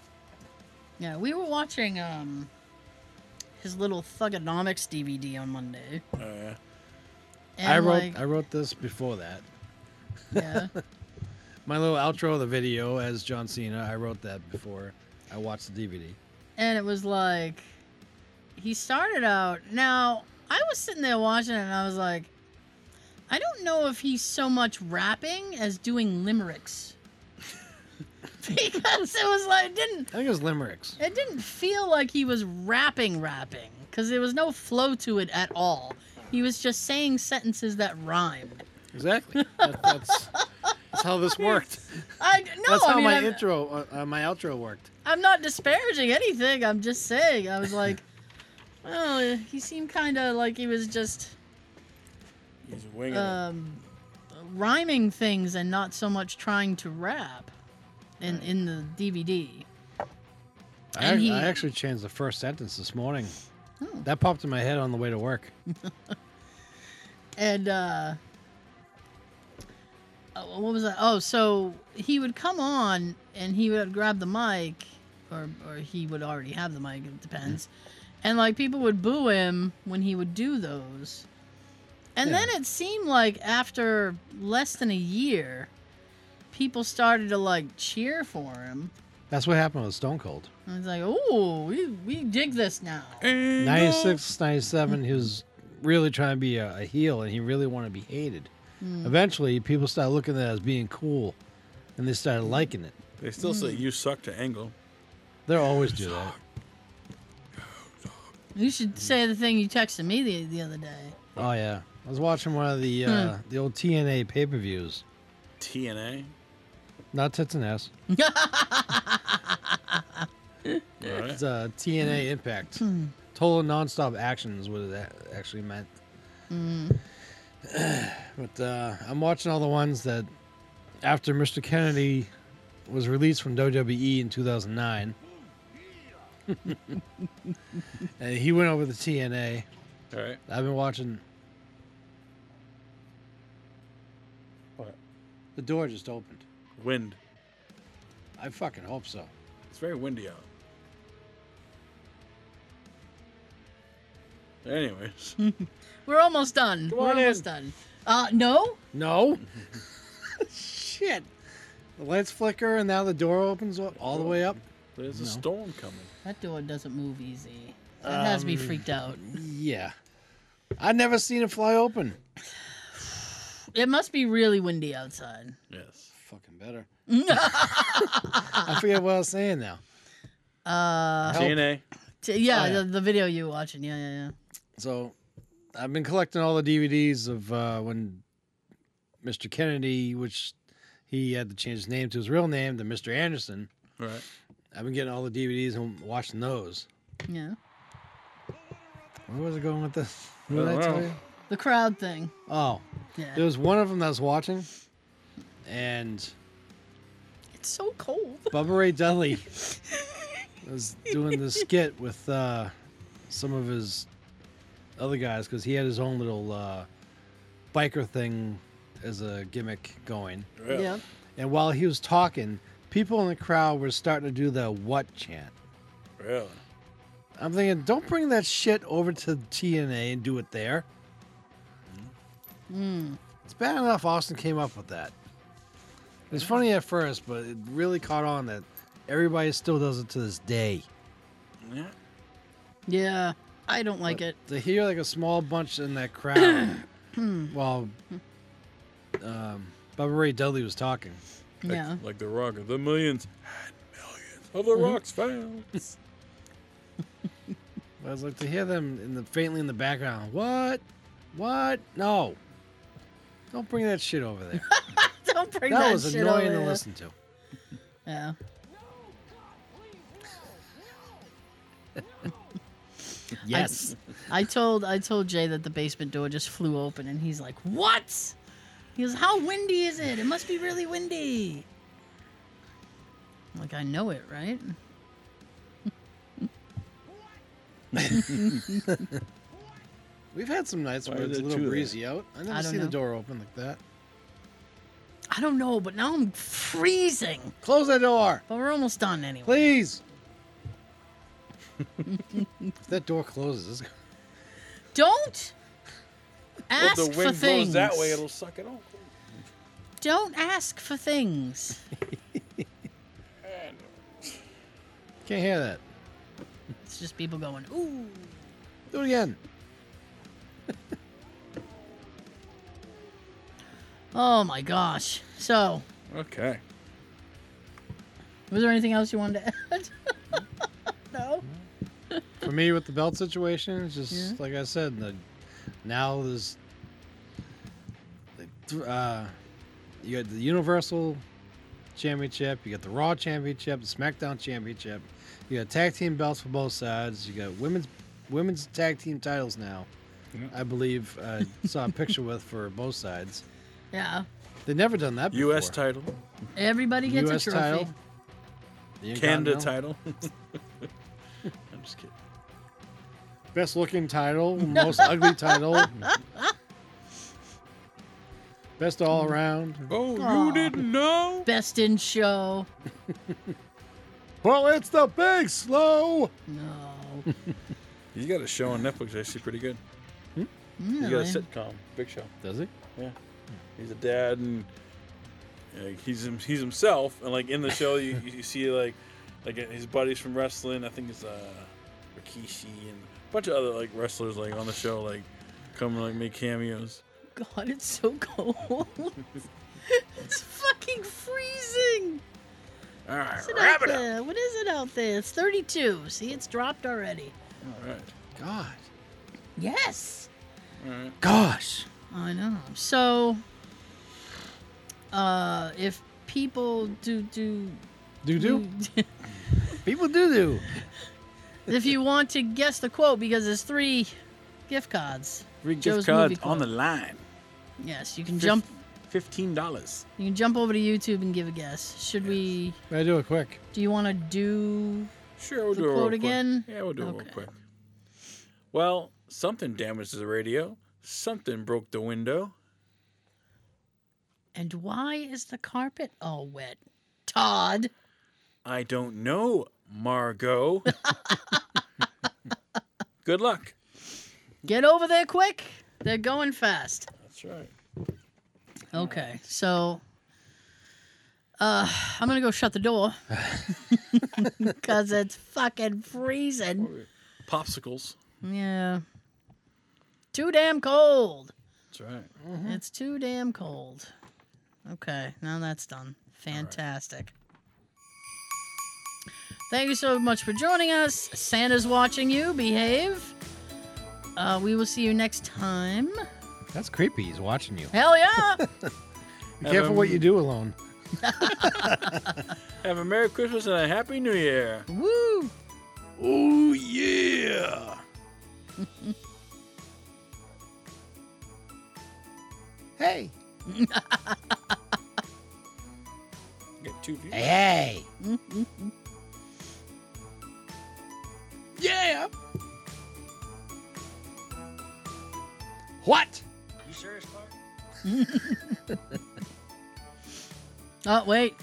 yeah, we were watching um, his little Thugonomics DVD on Monday.
Oh, yeah.
And
I wrote
like,
I wrote this before that.
yeah,
My little outro of the video as John Cena. I wrote that before I watched the DVD.
and it was like he started out now i was sitting there watching it and i was like i don't know if he's so much rapping as doing limericks because it was like it didn't
I think it was limericks.
it didn't feel like he was rapping rapping because there was no flow to it at all. He was just saying sentences that rhymed.
Exactly. That, that's, that's how this worked.
I no,
that's how
I mean,
my
I'm,
intro, uh, uh, my outro worked.
I'm not disparaging anything. I'm just saying I was like, oh, he seemed kind of like he was just
He's winging it.
um, rhyming things and not so much trying to rap in in the DVD.
I,
And he-
I actually changed the first sentence this morning.
Oh.
That popped in my head on the way to work.
and uh oh, what was that oh so he would come on and he would grab the mic or or he would already have the mic it depends and like people would boo him when he would do those and
Yeah.
then it seemed like after less than a year people started to like cheer for him
That's what happened with Stone Cold.
and it's like oh we, we dig this now
96, 97, he was really trying to be a, a heel and he really wanted to be hated.
Hmm.
Eventually, people started looking at it as being cool and they started liking it.
They still say you suck to Angle.
They'll always do that.
you should say the thing you texted me the, the other day
Oh, yeah. I was watching one of the uh,
Hmm.
the old TNA pay per views.
TNA.
Not tits and ass.
All right.
It's uh, TNA Impact. Total nonstop action is what it a- actually meant. but uh, I'm watching all the ones that after Mr. Kennedy was released from WWE in 2009. and he went over to TNA.
All right.
I've been watching.
What?
The door just opened.
Wind.
I fucking hope so.
It's very windy out. Anyways,
Hmm.
We're almost done.
Come
We're
on
almost
in.
done. Uh, no.
No. Shit. The lights flicker and now the door opens up all the way up.
there's a
No.
storm coming.
That door doesn't move easy. That has
Um,
me freaked out.
Yeah. I've never seen it fly open.
It must be really windy outside.
Yes.
Fucking better. I forget what I was saying now.
Uh,
Help.
TNA.
t- yeah,
Oh, yeah.
The, the video you were watching. Yeah, yeah,
So I've been collecting all the DVDs of uh, when Mr. Kennedy, which he had to change his name to his real name to Mr. Anderson.
All right.
I've been getting all the DVDs and watching those.
yeah. Yeah.
Where was I going with this? What did I
don't
tell
know.
you?
The crowd thing.
Oh,
Yeah.
there was one of them that I was watching, and
It's so cold.
Bubba Ray Dudley was doing the skit with uh, some of his other guys because he had his own little uh, biker thing as a gimmick going.
Yeah.
Yeah.
And while he was talking, people in the crowd were starting to do the what chant.
Really?
I'm thinking, don't bring that shit over to TNA and do it there.
Mm.
It's bad enough Austin came up with that. It was funny at first, but it really caught on that everybody still does it to this day.
Yeah.
Yeah. I don't like it.
to hear like a small bunch in that crowd
Hmm.
while um, Bubba Ray Dudley was talking.
Like,
Yeah. Mm-hmm.
Like the rock. The millions and millions of the rocks found.
I was like to hear them in the faintly in the background. What? What? No! Don't bring that shit over there.
Don't bring that,
that was
shit
annoying
over
to
there.
listen to.
Yeah.
Yes.
I told I told Jay that the basement door just flew open, and he's like, "What?" He goes, "How windy is it? It must be really windy." I'm like, I know it, right?
We've had some nights
Why
where
are
it's a
there
little
two there?
breezy out. I never
I don't
seen the
know.
door open like that.
I don't know, but now I'm freezing.
Close that door,
But we're almost done anyway.
please. if that door closes, it's-
Don't ask
if the wind
for things.
blows that way, it'll suck it off.
Don't ask for things.
can't hear that.
It's just people going, "Ooh."
Do it again.
Oh my gosh. So,
Okay.
Was there anything else you wanted to add? no.
For me, with the belt situation, it's just
Yeah.
like I said. The, now there's the, uh, you got the Universal Championship, you got the Raw Championship, the SmackDown Championship. You got tag team belts for both sides. You got women's women's tag team titles now.
Yeah.
I believe I saw a picture with for both sides.
Yeah.
They've never done that. Before.
U.S. title,
Everybody gets
US
a trophy.
title. The
Canada
Intercontinental.
title. I'm just kidding.
Best looking title, most ugly title. Best all around.
Oh,
Aw.
you didn't know?
Best in show.
Well, it's the big slow.
No.
He's got a show on Netflix actually pretty good. He's got a
Hmm? Really?
sitcom, big show.
Does it?
He's a dad, and uh, he's him- he's himself. And like in the show, you, you see like like his buddies from wrestling. I think it's uh, Rikishi and a bunch of other like wrestlers like on the show like come like make cameos.
God, it's so cold. it's fucking freezing.
All right,
What's it
wrap
out
it up.
there? What is it out there? It's 32. See, it's dropped already.
All right,
God.
Yes.
all right.
Gosh.
I know. So, uh, if people do do
Doo doo. Mm. People doo doo.
if you want to guess the quote, because there's three gift cards.
Three gift
Joe's
cards
movie
on the
club.
line.
Yes, you can
Fif-
jump.
Fifteen dollars.
You can jump over to YouTube and give a guess. Should we?
I do it quick.
Do you want to do?
Sure, we'll
The
do it real
quote
quick.
again?
Yeah, we'll do it
Okay.
real quick. Well, something damaged the radio. Something broke the window.
And why is the carpet all wet? Todd.
I don't know, Margot. Good luck.
Get over there quick. They're going fast.
That's right.
Okay, so uh, I'm gonna go shut the door because it's fucking freezing.
Popsicles.
Yeah, too damn cold.
That's right.
It's too damn cold. Okay, now that's done. Fantastic. Thank you so much for joining us. Santa's watching you. Behave. Uh, we will see you next time.
That's creepy. He's watching you.
Hell yeah!
Be careful what you do alone.
Have a Merry Christmas and a Happy New Year.
Woo!
Oh, yeah.
Hey.
Get two views.
Hey.
Yeah.
What?
Oh wait.